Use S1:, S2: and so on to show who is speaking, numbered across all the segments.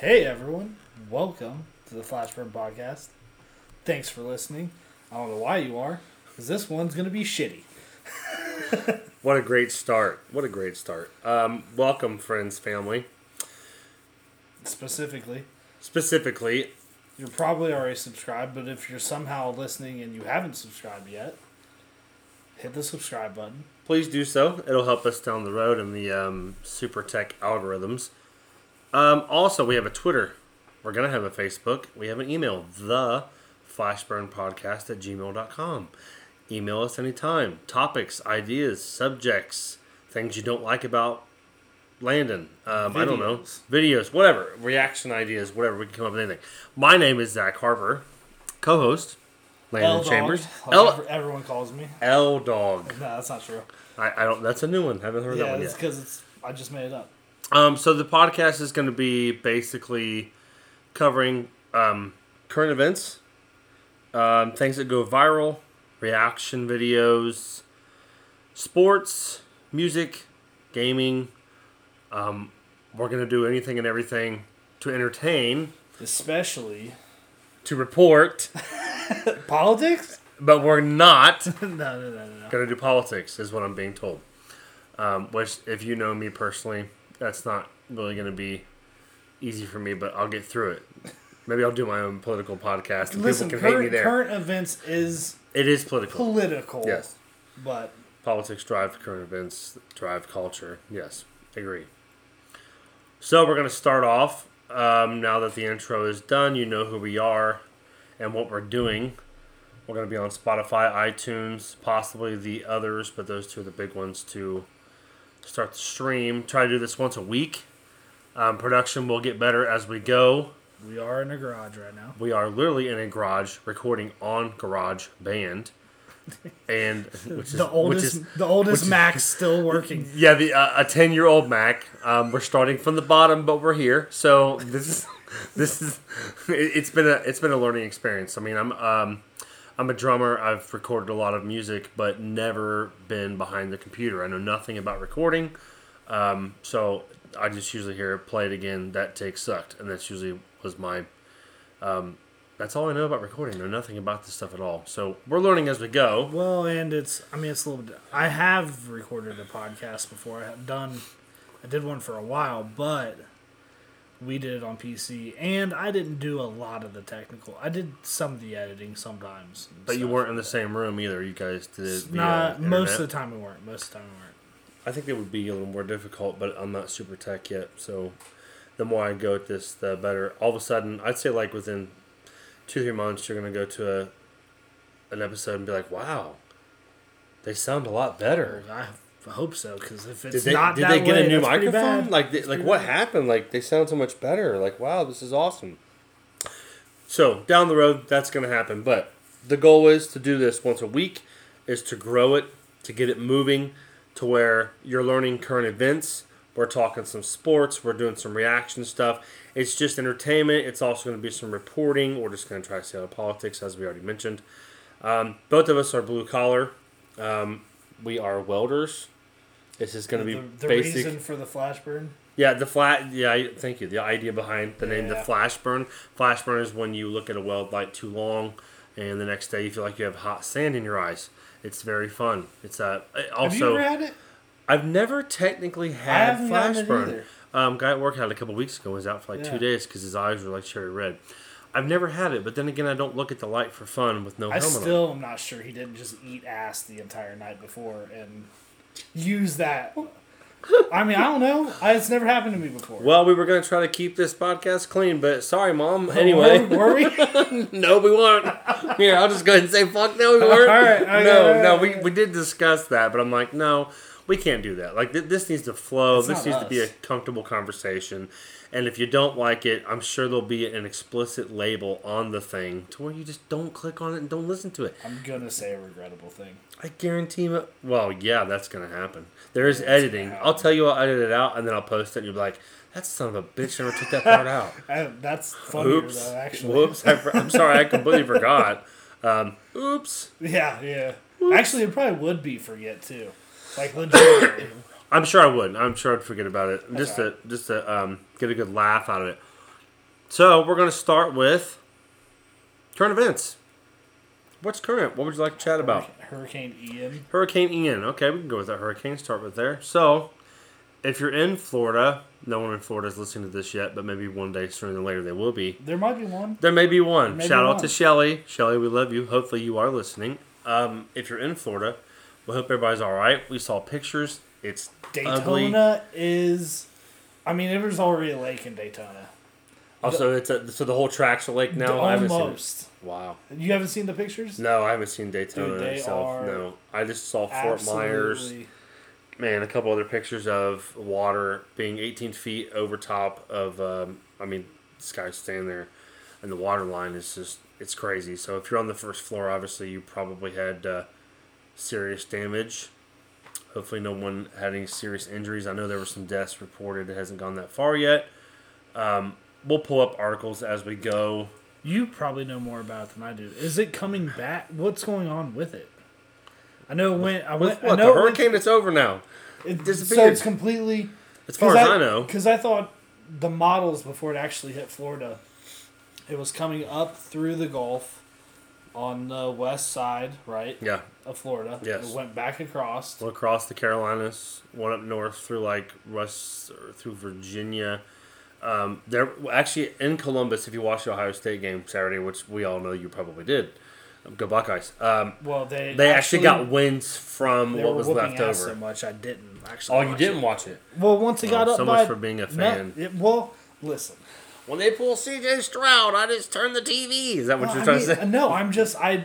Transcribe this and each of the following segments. S1: Hey everyone, welcome to the Flashburn Podcast. Thanks for listening. I don't know why you are, because this one's gonna be shitty.
S2: What a great start. What a great start. Um, welcome, friends, family.
S1: Specifically,
S2: Specifically,
S1: you're probably already subscribed, but if you're somehow listening and you haven't subscribed yet, hit the subscribe button.
S2: please do so. It'll help us down the road in the um, super tech algorithms. Um, also, we have a Twitter. We're going to have a Facebook. We have an email, the flashburnpodcast at gmail.com. Email us anytime. Topics, ideas, subjects, things you don't like about Landon. Um, I don't know.
S1: Videos.
S2: Videos, whatever. Reaction ideas, whatever. We can come up with anything. My name is Zach Harper, co host, Landon
S1: L-Dog,
S2: Chambers.
S1: like
S2: L
S1: ev- everyone calls me.
S2: L Dog.
S1: No, that's not true.
S2: I, I don't. That's a new one. Haven't heard that
S1: Yeah,
S2: one
S1: it's
S2: yet.
S1: because it's I just made it up.
S2: Um, so the podcast is going to be basically covering um, current events, um, things that go viral, reaction videos, sports, music, gaming. Um, we're going to do anything and everything to entertain,
S1: Especially
S2: to report,
S1: politics.
S2: but we're not
S1: no, no, no, no, no.
S2: going to do politics, is what I'm being told. Um, which, if you know me personally, that's not really going to be easy for me, but I'll get through it. Maybe I'll do my own political podcast and
S1: Listen,
S2: people can hate me
S1: current,
S2: there.
S1: current events is
S2: it is political.
S1: political.
S2: Yes.
S1: But
S2: Politics drive current events, drive culture. Yes, agree. So we're going to start off. Um, now that the intro is done, you know who we are and what we're doing. We're going to be on Spotify, iTunes, possibly the others, but those two are the big ones to start the stream. Try to do this once a week. Um, production will get better as we go.
S1: we are in a garage right now.
S2: We are literally in a garage recording on Garage Band, and which is
S1: The oldest,
S2: which is,
S1: the oldest Mac's still working.
S2: yeah, the uh, a ten year old Mac. Um, we're starting from the bottom, but we're here. So this is this is it, it's been a it's been a learning experience. I mean, I'm um, I'm a drummer. I've recorded a lot of music, but never been behind the computer. I know nothing about recording, um, so I just usually hear play it again. That take sucked, and that's usually was my. Um, that's all I know about recording. I know nothing about this stuff at all. So we're learning as we go.
S1: Well, and it's, I mean, it's a little. bit- I have recorded a podcast before. I have done, I did one for a while, but we did it on PC, and I didn't do a lot of the technical. I did some of the editing sometimes. and
S2: But you
S1: stuff.
S2: weren't in the same room either. You guys did it via
S1: Not most of
S2: internet.
S1: the time. We weren't. Most of the time we weren't.
S2: I think that would be a little more difficult, but I'm not super tech yet. So the more I go at this, the better. All of a sudden, I'd say like within two, three months, you're going to go to a, an episode and be like, wow, they sound a lot better.
S1: Like, I f- hope so, because if
S2: Did
S1: it's
S2: they,
S1: not
S2: did
S1: that
S2: they get
S1: way,
S2: a new
S1: that's pretty
S2: microphone?
S1: bad.
S2: Like, they, like
S1: pretty
S2: what
S1: bad.
S2: happened? Like, they sound so much better. Like, wow, this is awesome. So down the road, that's going to happen. But the goal is to do this once a week, is to grow it, to get it moving, to where you're learning current events. We're talking some sports. We're doing some reaction stuff. It's just entertainment. It's also going to be some reporting. We're just going to try to stay out of politics, as we already mentioned. Um, both of us are blue collar. Um, we are welders. This is going to be
S1: The, the
S2: basic.
S1: reason for the flash burn.
S2: Yeah, the flat. Yeah, I- thank you. The idea behind the name, the
S1: Yeah.
S2: flash burn. Flash burn is when you look at a weld light too long, and the next day you feel like you have hot sand in your eyes. It's very fun. It's uh, it also.
S1: have you ever had it?
S2: I've never technically had
S1: haven't gotten
S2: flash
S1: it
S2: burn.
S1: either.
S2: Um, guy at work had it a couple weeks ago. Was out for like
S1: Yeah.
S2: two days because his eyes were like cherry red. I've never had it, but then again, I don't look at the light for fun with no
S1: I
S2: helmet on.
S1: still am not sure he didn't just eat ass the entire night before and use that. I mean, I don't know. I, it's never happened to me before.
S2: Well, we were gonna try to keep this podcast clean, but sorry, mom. Anyway,
S1: were, were we?
S2: no, we weren't. Here, I'll just go ahead and say fuck. No, we weren't.
S1: All right, okay, all
S2: no,
S1: right,
S2: no,
S1: all
S2: we, we did discuss that, but I'm like, no, we can't do that. Like th- this needs to flow.
S1: It's not
S2: this needs to be a
S1: us.
S2: comfortable conversation. And if you don't like it, I'm sure there'll be an explicit label on the thing to where you just don't click on it and don't listen to it.
S1: I'm gonna say a regrettable thing.
S2: I guarantee. My, well, yeah, that's gonna happen. There is editing. I'll tell you, I'll edit it out, and then I'll post it. and You'll be like, that son of a bitch never took that part out.
S1: I, that's funnier
S2: Oops.
S1: though, actually.
S2: Whoops. I, for- I'm sorry. I completely forgot. Um, oops.
S1: Yeah, yeah. Actually, it probably would be forget too. Like legitimately.
S2: I'm sure I would. I'm sure I'd forget about it. just
S1: all right.
S2: to just to um, get a good laugh out of it. So we're going to start with current events. What's current? What would you like to chat about?
S1: Hurricane Ian.
S2: Hurricane Ian. Okay, we can go with that hurricane. Start with there. So, if you're in Florida, no one in Florida is listening to this yet, but maybe one day sooner than later they will be.
S1: There might be one.
S2: There may be one.
S1: There may
S2: Shout
S1: be
S2: out
S1: one.
S2: to Shelly. Shelly, we love you. Hopefully you are listening. Um, if you're in Florida, we hope everybody's all right. We saw pictures. It's ugly.
S1: Daytona is. I mean, it was already a lake in Daytona.
S2: Also, it's a, so the whole track's a lake now. I haven't seen it.
S1: Almost.
S2: Wow.
S1: You haven't seen the pictures?
S2: No, I haven't seen Daytona
S1: Dude, they
S2: itself.
S1: are
S2: No, I just saw Fort Myers.
S1: Absolutely.
S2: man, a couple other pictures of water being 18 feet over top of, um, I mean, this guy's standing there, and the water line is just, it's crazy. So if you're on the first floor, obviously you probably had uh, serious damage. Hopefully, no one had any serious injuries. I know there were some deaths reported. It hasn't gone that far yet. Um, we'll pull up articles as we go.
S1: You probably know more about it than I do. Is it coming back? What's going on with it? I know it went. I
S2: With
S1: went. I
S2: what? The
S1: know it went-
S2: hurricane that's over now.
S1: It, so
S2: disappeared.
S1: it's completely.
S2: As far as I know.
S1: because I thought the models before it actually hit Florida, it was coming up through the Gulf on the west side, right,
S2: Yeah.
S1: of Florida.
S2: Yes.
S1: It went back across.
S2: one across the Carolinas, one up north through like Russ or through Virginia. Um, there actually in Columbus, if you watched the Ohio State game Saturday, which we all know you probably did, go Buckeyes. Um,
S1: Well, they
S2: they actually, got winds from
S1: they
S2: what
S1: were
S2: was
S1: whooping
S2: left
S1: ass so
S2: over.
S1: much. I didn't actually.
S2: Oh, you
S1: watch
S2: didn't
S1: it.
S2: watch it.
S1: Well, once it got
S2: Oh,
S1: up
S2: so
S1: by
S2: much for being
S1: no,
S2: a fan.
S1: it- well, listen.
S2: When they pull CJ Stroud, I just turn the TV. Is that what
S1: No,
S2: you're
S1: I
S2: trying
S1: mean,
S2: to say?
S1: No, I'm just I.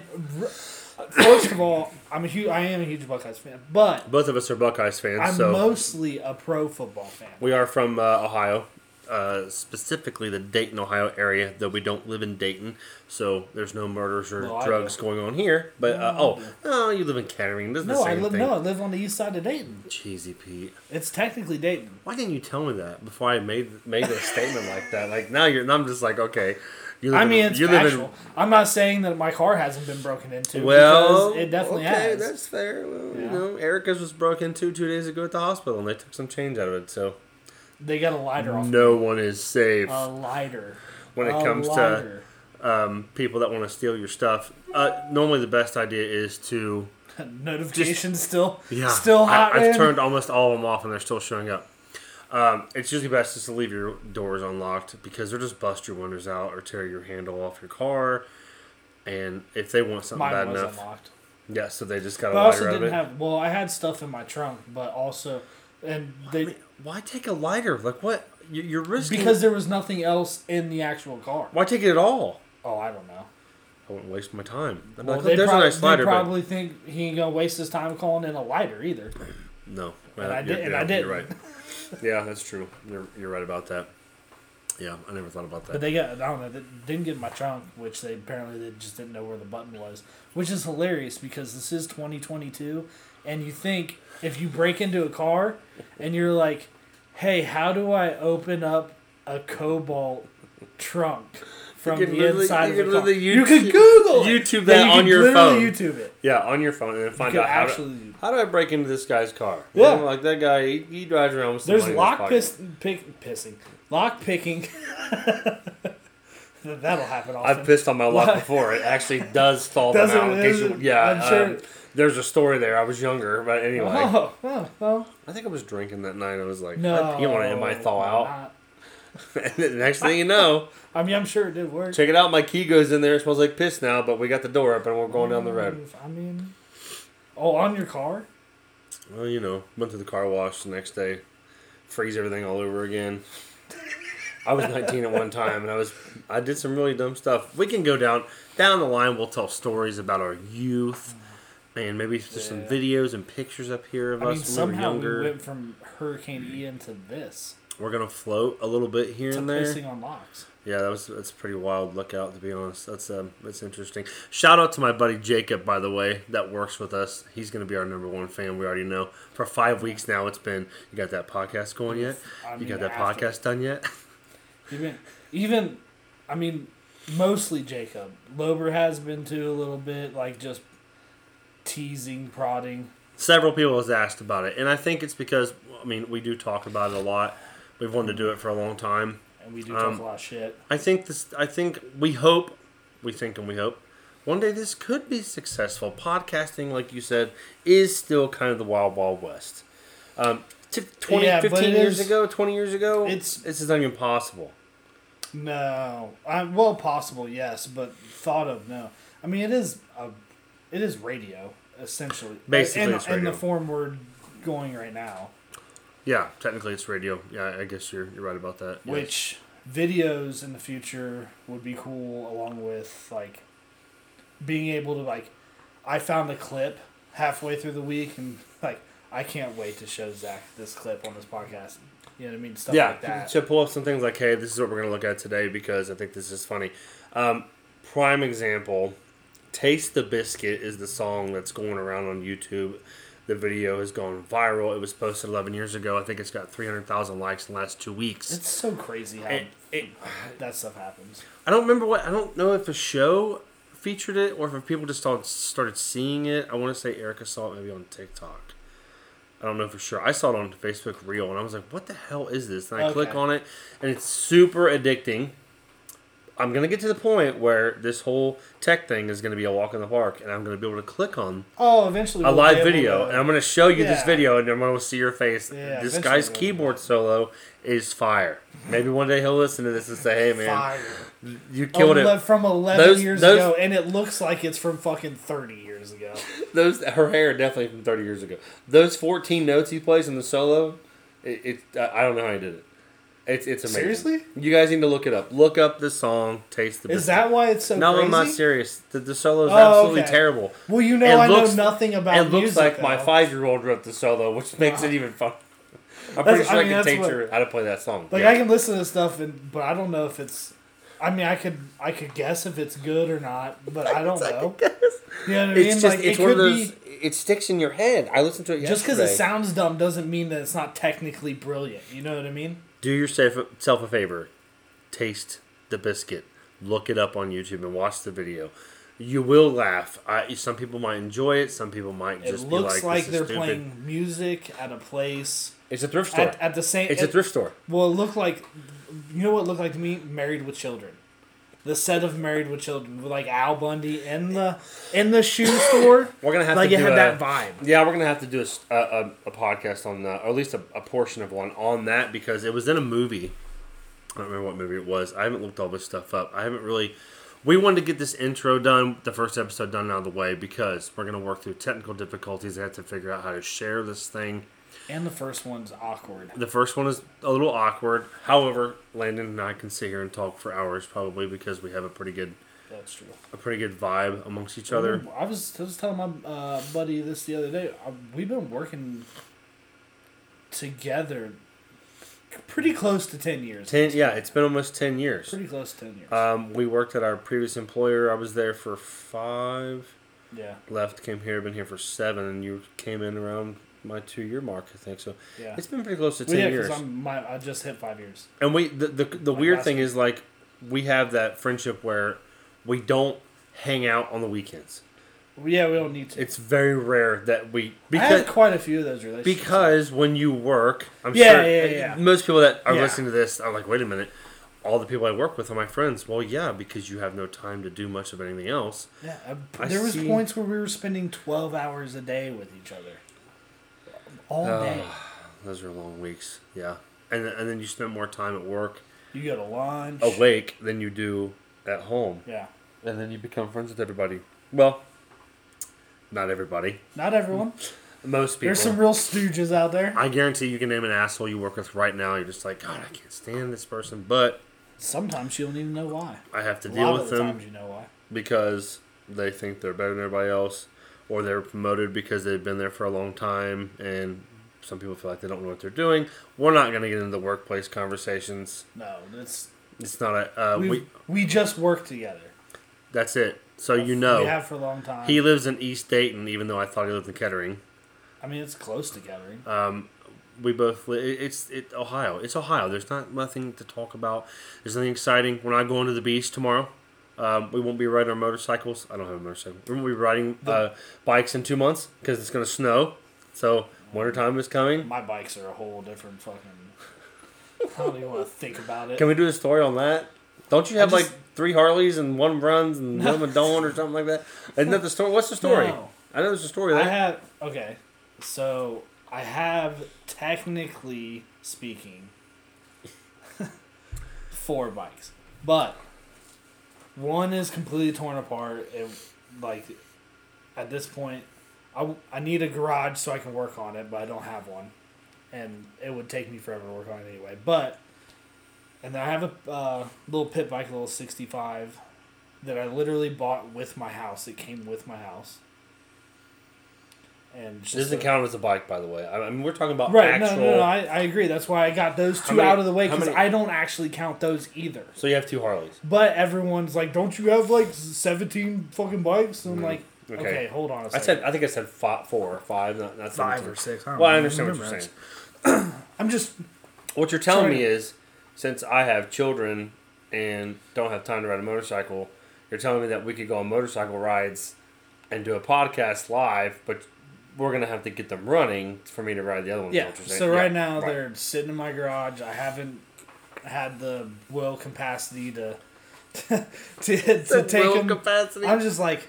S1: First of all, I'm a huge. I am a huge Buckeyes fan, but
S2: Both of us are Buckeyes fans,
S1: I'm
S2: so
S1: mostly a pro football fan.
S2: we are from uh, Ohio. Uh, specifically, the Dayton, Ohio area, though we don't live in Dayton, so there's no murders or
S1: No, I
S2: drugs
S1: do.
S2: going on here. But uh,
S1: No, I
S2: oh,
S1: do.
S2: oh, you live in Kettering. This is
S1: No,
S2: the
S1: I
S2: same
S1: live.
S2: thing.
S1: No, I live on the east side of Dayton.
S2: Cheesy Pete.
S1: It's technically Dayton.
S2: Why didn't you tell me that before I made made a statement like that? Like now you're, and I'm just like, okay, you live
S1: I
S2: in-
S1: mean, it's
S2: you live in-
S1: factual. I'm not saying that my car hasn't been broken into.
S2: Well,
S1: because it definitely
S2: okay,
S1: has.
S2: that's fair. Well, you
S1: Yeah.
S2: know, Erica's was broken two two days ago at the hospital, and they took some change out of it. So
S1: They got a lighter off.
S2: no one is safe
S1: A lighter.
S2: when it
S1: Uh, A
S2: comes to
S1: lighter.
S2: um, people that want to steal your stuff. Uh, normally, the best idea is to
S1: to notifications still.
S2: yeah.
S1: Still hot.
S2: I,
S1: man.
S2: I've turned almost all of them off, and they're still showing up. Um, it's usually best just to leave your doors unlocked because they'll just bust your windows out or tear your handle off your car. And if they want something
S1: Mine
S2: bad
S1: was
S2: enough,
S1: unlocked.
S2: yeah. So they just got a
S1: But I also
S2: lighter out of
S1: didn't
S2: it.
S1: have. Well, I had stuff in my trunk, but also, and
S2: I
S1: they
S2: mean, why take a lighter? Like what? You- You're risking
S1: because there was nothing else in the actual car.
S2: why take it at all?
S1: Oh, I don't know.
S2: I wouldn't waste my time. I'd be
S1: Well,
S2: like,
S1: they,
S2: there's
S1: prob-
S2: a nice lighter,
S1: they
S2: but
S1: probably think he ain't gonna waste his time calling in a lighter either.
S2: No,
S1: And I
S2: you're-
S1: did- and
S2: yeah,
S1: I didn't.
S2: You're right. yeah, that's true. You're, you're right about that. Yeah, I never thought about
S1: But
S2: that.
S1: they got, I don't know, they didn't get in my trunk, which they apparently they just didn't know where the button was, which is hilarious because this is 2022, and you think if you break into a car and you're like, hey, how do I open up a cobalt trunk from
S2: You could
S1: the
S2: literally-
S1: inside
S2: you
S1: of
S2: could
S1: the car?
S2: literally
S1: you could
S2: YouTube-
S1: Google it.
S2: YouTube
S1: Yeah,
S2: that
S1: you
S2: on
S1: could
S2: your
S1: literally
S2: phone.
S1: YouTube it.
S2: Yeah, on your phone and then
S1: You
S2: find
S1: could
S2: out how to-
S1: actually.
S2: How do I break into this guy's car?
S1: Yeah.
S2: You know, like that guy, he, he drives around with. some
S1: There's
S2: money in his
S1: lock
S2: pocket.
S1: piss, pick, pissing, lock picking. That'll happen often.
S2: I've pissed on my lock
S1: What?
S2: before. It actually does fall them
S1: Does it
S2: out. in case you-
S1: really?
S2: yeah,
S1: I'm sure-
S2: um, there's a story there. I was younger, but anyway,
S1: Oh, oh, well,
S2: I think I was drinking that night. I was like,
S1: no.
S2: "You want to end my thaw out?"
S1: not.
S2: and then the next thing you know,
S1: I mean, I'm sure it did work.
S2: check it out. My key goes in there. It smells like piss now, but we got the door up and we're going down the road.
S1: I mean, oh, on your car?
S2: Well, you know, went to the car wash the next day, freeze everything all over again. I was 19 at one time, and I was I did some really dumb stuff. We can go down down the line. We'll tell stories about our youth, and maybe just some
S1: Yeah.
S2: videos and pictures up here of
S1: I
S2: us
S1: mean,
S2: when we were
S1: somehow
S2: younger.
S1: we went from Hurricane Ian to this
S2: We're gonna float a little bit here
S1: to
S2: and there.
S1: pissing on locks.
S2: Yeah, that was that's a pretty wild lookout to be honest. That's um that's interesting. Shout out to my buddy Jacob, by the way, that works with us. He's gonna be our number one fan. We already know. For five weeks now, it's been you got that podcast going yet?
S1: I
S2: Oh, you
S1: mean,
S2: got that
S1: after-
S2: podcast done yet?
S1: Even, even, I mean, mostly Jacob. Lober has been too a little bit, like just teasing, prodding.
S2: Several people has asked about it, and I think it's because I mean we do talk about it a lot. We've wanted to do it for a long time.
S1: And and we do
S2: Um,
S1: talk a lot of shit.
S2: I think this. I think we hope, we think and we hope, one day this could be successful. Podcasting, like you said, is still kind of the wild, wild west. Um, t- 20,
S1: Yeah, but
S2: 15
S1: it
S2: years
S1: is-
S2: ago, twenty years ago,
S1: it's-
S2: it's just not even possible.
S1: No, I, well, possible, yes, but thought of no. I mean, it is a, it is radio essentially,
S2: Basically,
S1: in,
S2: it's
S1: in
S2: radio.
S1: the form we're going right now,
S2: Yeah, technically it's radio. Yeah, I guess you're you're right about that. Yes.
S1: which videos in the future would be cool, along with like being able to like, I found a clip halfway through the week and like I can't wait to show Zach this clip on this podcast. You know what I mean? Stuff
S2: yeah,
S1: like that.
S2: to pull up some things like, hey, this is what we're gonna look at today because I think this is funny. Um, prime example, "Taste the Biscuit" is the song that's going around on YouTube. The video has gone viral. It was posted 11 years ago. I think it's got 300,000 likes in the last two weeks.
S1: It's so crazy how
S2: And it-
S1: that stuff happens.
S2: I don't remember what. I don't know if a show featured it or if people just started, started seeing it. I want to say Erica saw it maybe on TikTok. I don't know for sure. I saw it on Facebook Reel and I was like, "What the hell is this?" And I click
S1: Okay.
S2: on it, and it's super addicting. I'm gonna get to the point where this whole tech thing is gonna be a walk in the park, and I'm gonna be able to click on
S1: Oh, eventually
S2: a
S1: we'll be
S2: live
S1: able
S2: video, Oh,
S1: to-
S2: and I'm gonna show you this
S1: Yeah.
S2: video, and I'm gonna see your face.
S1: Yeah,
S2: this
S1: eventually
S2: guy's
S1: we'll be
S2: keyboard solo is fire. Maybe one day he'll listen to this and say, "Hey, man,
S1: Fire. Oh,
S2: you killed it."
S1: Ele- from 11
S2: Those-
S1: years
S2: those-
S1: ago, and it looks like it's from fucking 30 years ago.
S2: Those her hair definitely from thirty years ago. Those fourteen notes he plays in the solo, it, it I I don't know how he did it. It's it's amazing.
S1: Seriously?
S2: you guys need to look it up. Look up the song. Taste the.
S1: Is
S2: Biscuit.
S1: that why it's so
S2: No,
S1: crazy?
S2: I'm not serious. The, the solo is
S1: Oh,
S2: absolutely
S1: okay.
S2: terrible.
S1: Well, you know,
S2: It
S1: I
S2: looks-
S1: know nothing about
S2: It looks
S1: music,
S2: like my
S1: though.
S2: five year old wrote the solo, which makes it even fun. I'm pretty
S1: That's-
S2: sure
S1: I
S2: I,
S1: mean,
S2: can
S1: that's
S2: teach
S1: what-
S2: her how to play that song.
S1: Like
S2: Yeah.
S1: I can listen to stuff, and but I don't know if it's. I mean, I could I could guess if it's good or not, but I don't know. You know what I mean?
S2: It's just
S1: like,
S2: it's
S1: it
S2: one of
S1: could
S2: those.
S1: be
S2: It sticks in your head. I listened to it yesterday.
S1: just because it sounds dumb doesn't mean that it's not technically brilliant. You know what I mean?
S2: do yourself self a favor taste the biscuit look it up on youtube and watch the video you will laugh I, some people might enjoy it some people might
S1: It
S2: just be
S1: looks
S2: like,
S1: like
S2: this is
S1: they're
S2: stupid.
S1: playing music at a place
S2: it's a thrift store
S1: at, at the same.
S2: it's a
S1: at-
S2: thrift store
S1: Well, it looked like, you know what it looked like to me? Married with Children, the set of Married with Children with like Al Bundy in the in the shoe store.
S2: we're gonna have
S1: like
S2: to
S1: it
S2: do
S1: had
S2: a-
S1: that vibe.
S2: yeah we're gonna have to do a s- a, a- a podcast on that or at least a, a portion of one on that because it was in a movie I don't remember what movie it was. I haven't looked all this stuff up. I haven't really. We wanted to get this intro done, the first episode done out of the way, because we're going to work through technical difficulties. I have to figure out how to share this thing.
S1: And the first one's awkward.
S2: The first one is a little awkward. However, Landon and I can sit here and talk for hours probably because we have a pretty good
S1: That's true.
S2: a pretty good vibe amongst each other.
S1: I was I was telling my uh, buddy this the other day. Uh, We've been working together pretty close to ten Uh, years.
S2: Ten, yeah, it's been almost ten years.
S1: Pretty close to ten years.
S2: Um, we worked at our previous employer. I was there for five.
S1: yeah,
S2: left, came here, been here for seven, and you came in around my two year mark, I think. So
S1: yeah.
S2: it's been pretty close to
S1: Well,
S2: ten
S1: yeah,
S2: years.
S1: because I'm my I just hit five years.
S2: And we the the, the
S1: Like
S2: weird
S1: last
S2: thing
S1: week.
S2: is like we have that friendship where we don't hang out on the weekends.
S1: Yeah, we don't need to.
S2: It's very rare that we
S1: I
S2: because
S1: had quite a few of those relationships.
S2: because when you work, I'm
S1: Yeah,
S2: sure
S1: yeah, yeah.
S2: most people that are
S1: Yeah.
S2: listening to this are like, wait a minute. All the people I work with are my friends. Well, yeah, because you have no time to do much of anything else.
S1: Yeah, I,
S2: I
S1: there was
S2: see.
S1: points where we were spending twelve hours a day with each other, all
S2: Uh,
S1: day.
S2: Those are long weeks. Yeah, and and then you spend more time at work.
S1: You go to lunch.
S2: awake than you do at home.
S1: Yeah,
S2: And then you become friends with everybody. Well, not everybody.
S1: not everyone.
S2: Most people.
S1: There's some real stooges out there.
S2: I guarantee you can name an asshole you work with right now. You're just like, God, I can't stand this person, but
S1: Sometimes you don't even know why.
S2: I have to
S1: A
S2: deal
S1: lot of
S2: with
S1: the
S2: them
S1: times you know why.
S2: because they think they're better than everybody else, or they're promoted because they've been there for a long time, and some people feel like they don't know what they're doing. We're not going to get into the workplace conversations.
S1: No, that's
S2: It's not a. Uh,
S1: we
S2: we,
S1: we, just work together.
S2: that's it. So you know.
S1: we have for a long time.
S2: He lives in East Dayton, even though I thought he lived in Kettering.
S1: I mean, it's close to gathering.
S2: Um, we both li- it- it's it Ohio. It's Ohio. There's not nothing to talk about. There's nothing exciting. We're not going to the beach tomorrow. Um, we won't be riding our motorcycles. I don't have a motorcycle. We won't be riding uh, bikes in two months because it's gonna snow. So wintertime is coming.
S1: My bikes are a whole different fucking. I don't even want to think about it.
S2: Can we do a story on that? Don't you have
S1: just-
S2: like three Harleys and one runs and one don't or something like that? Isn't that the story? What's the story?
S1: No.
S2: I know there's a story
S1: I
S2: there.
S1: have okay. So I have technically speaking four bikes, but one is completely torn apart. It like at this point, I, w- I need a garage so I can work on it, but I don't have one, and it would take me forever to work on it anyway. But and then I have a uh, little pit bike, a little sixty five, that I literally bought with my house. It came with my house. And it's
S2: this
S1: just
S2: doesn't
S1: a-
S2: count as a bike, by the way. I I mean, we're talking about
S1: Right,
S2: actual.
S1: no, no, no, I, I agree. That's why I got those two
S2: many-
S1: out of the way
S2: how
S1: because
S2: many-
S1: I don't actually count those either.
S2: So you have two Harleys.
S1: But everyone's like, "Don't you have like seventeen fucking bikes?" And I'm like,
S2: Mm, Okay.
S1: okay. hold on a
S2: I
S1: second."
S2: said, I think I said five, four or five. Not, not
S1: five
S2: 17.
S1: or six.
S2: Well, I understand what you're saying.
S1: I'm just
S2: What you're telling
S1: Sorry.
S2: me is, since I have children and don't have time to ride a motorcycle, you're telling me that we could go on motorcycle rides and do a podcast live, but we're gonna have to get them running for me to ride the other one.
S1: yeah. So right now they're sitting in my garage. I haven't had the will capacity to to, to take them.
S2: capacity.
S1: I'm just like,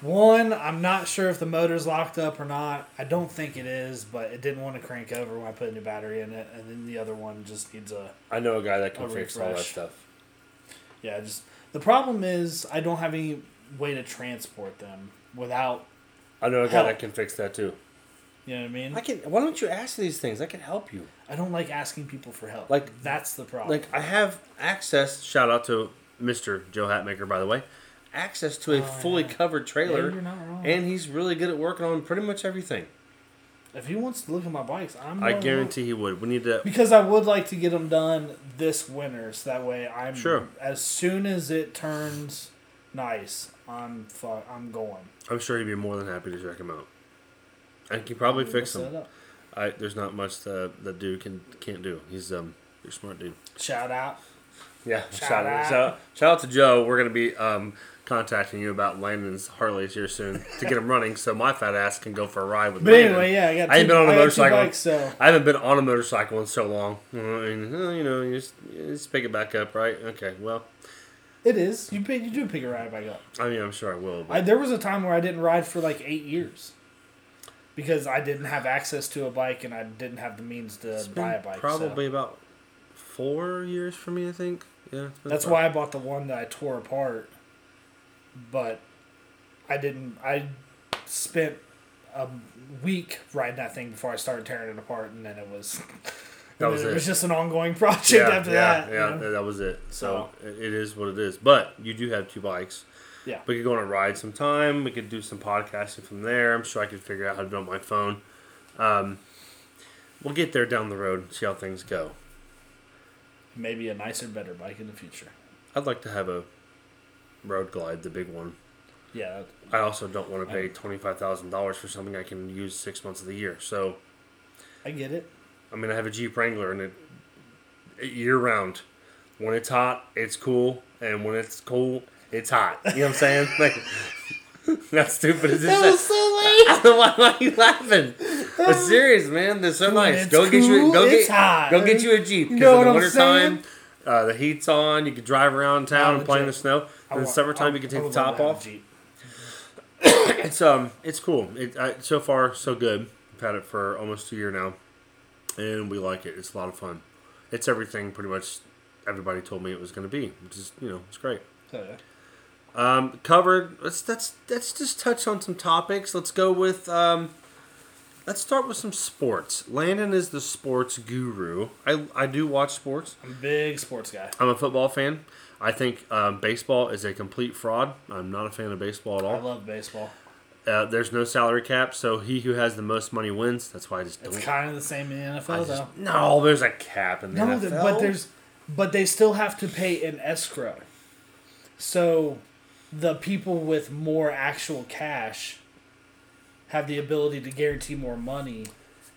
S1: one, I'm not sure if the motor's locked up or not. I don't think it is, but it didn't want to crank over when I put a new battery in it. And then the other one just needs a,
S2: I know a guy that
S1: A
S2: can fix all that
S1: refresh.
S2: stuff.
S1: yeah, just. The problem is, I don't have any way to transport them without,
S2: I know a guy
S1: Help.
S2: that can fix that too.
S1: you know what I mean?
S2: I can. Why don't you ask these things? I can help you.
S1: I don't like asking people for help.
S2: Like-
S1: that's the problem.
S2: Like I have access. Shout out to Mister Joe Hatmaker, by the way. Access to a fully
S1: yeah.
S2: covered
S1: Yeah,
S2: trailer.
S1: you're not wrong.
S2: and he's really good at working on pretty much everything.
S1: if he wants to look at my bikes, I'm.
S2: I
S1: willing to-
S2: guarantee he would. We need to.
S1: Because I would like to get them done this winter, so that way I'm
S2: Sure.
S1: As soon as it turns nice, I'm fu- I'm going.
S2: I'm sure he'd be more than happy to check him out. I can probably fix
S1: We'll set
S2: him.
S1: up.
S2: I there's not much that that dude can can't do. He's um he's a smart dude.
S1: Shout out.
S2: Yeah. Shout,
S1: Shout
S2: out.
S1: out.
S2: Shout, shout out to Joe. We're gonna be um contacting you about Landon's Harleys here soon to get him running, so my fat ass can go for a ride with.
S1: But
S2: Landon.
S1: anyway, yeah, I got.
S2: I ain't
S1: two-
S2: been on a
S1: I got two
S2: motorcycle.
S1: Bikes, so
S2: I haven't been on a motorcycle in so long. I mean, uh, you know, you just, you just pick it back up, right? Okay, well,
S1: it is. You pick, you do pick a ride back up.
S2: I mean, I'm sure I will. But
S1: I, there was a time where I didn't ride for like eight years because I didn't have access to a bike and I didn't have the means to
S2: It's been
S1: buy a bike. so.
S2: Probably about four years for me, I think. Yeah. it's been
S1: That's
S2: about-
S1: why I bought the one that I tore apart. But I didn't. I spent a week riding that thing before I started tearing it apart, and then it was.
S2: That
S1: and
S2: was
S1: then
S2: it.
S1: it was just an ongoing project
S2: Yeah,
S1: after
S2: yeah,
S1: that.
S2: yeah,
S1: you know?
S2: that was it. So it it is what it is. But you do have two bikes.
S1: Yeah.
S2: We could go on a ride sometime. We could do some podcasting from there. I'm sure I could figure out how to do it on my phone. Um, we'll get there down the road and see how things go.
S1: Maybe a nicer, better bike in the future.
S2: I'd like to have a road glide, the big one.
S1: Yeah.
S2: I also don't want to pay twenty five thousand dollars for something I can use six months of the year. So
S1: I get it.
S2: I mean, I have a Jeep Wrangler and it, it year round. When it's hot, it's cool, and when it's cool, it's hot. You know what I'm saying? Like, not stupid as it sounds.
S1: so
S2: Why are you laughing? But serious, man. They're so nice.
S1: it's
S2: Go get you.
S1: cool,
S2: Go
S1: it's
S2: get.
S1: hot.
S2: Go get you a Jeep. Because
S1: know
S2: in
S1: what
S2: the
S1: I'm
S2: wintertime, uh, the heat's on. You can drive around town and play in the
S1: legit.
S2: snow. In the summertime, you can take the top off. It's um, it's cool. It I, so far so good. I've had it for almost a year now, and we like it. It's a lot of fun. It's everything pretty much everybody told me it was going to be, which is you know it's great. Um, covered. Let's that's let's just touch on some topics. Let's go with um, let's start with some sports. Landon is the sports guru. I I do watch sports.
S1: I'm a big sports guy.
S2: I'm a football fan. I think um, baseball is a complete fraud. I'm not a fan of baseball at all.
S1: I love baseball.
S2: Uh, there's no salary cap, so he who has the most money wins. That's why I just don't.
S1: It's kind of the same in the NFL,
S2: I just-
S1: though.
S2: no, there's a cap in the
S1: No,
S2: NFL.
S1: th- but there's, but they still have to pay an escrow. So, the people with more actual cash have the ability to guarantee more money,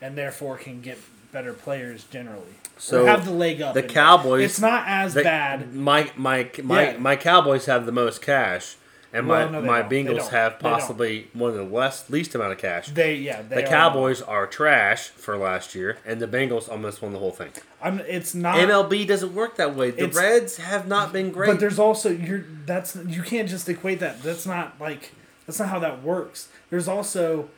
S1: and therefore can get better players generally.
S2: So,
S1: So have the leg up.
S2: the
S1: in it.
S2: Cowboys-
S1: It's not as
S2: They-
S1: bad.
S2: My my my
S1: Yeah.
S2: my Cowboys have the most cash, and
S1: Well,
S2: my
S1: no, they
S2: my
S1: don't. They
S2: Bengals
S1: don't.
S2: have
S1: They don't.
S2: possibly one of the less least amount of cash.
S1: They yeah. They
S2: the
S1: are-
S2: Cowboys are trash for last year, and the Bengals almost won the whole thing.
S1: I'm, it's not.
S2: MLB doesn't work that way. The
S1: It's-
S2: Reds have not been great.
S1: But there's also you're that's you can't just equate that. That's not like that's not how that works. There's also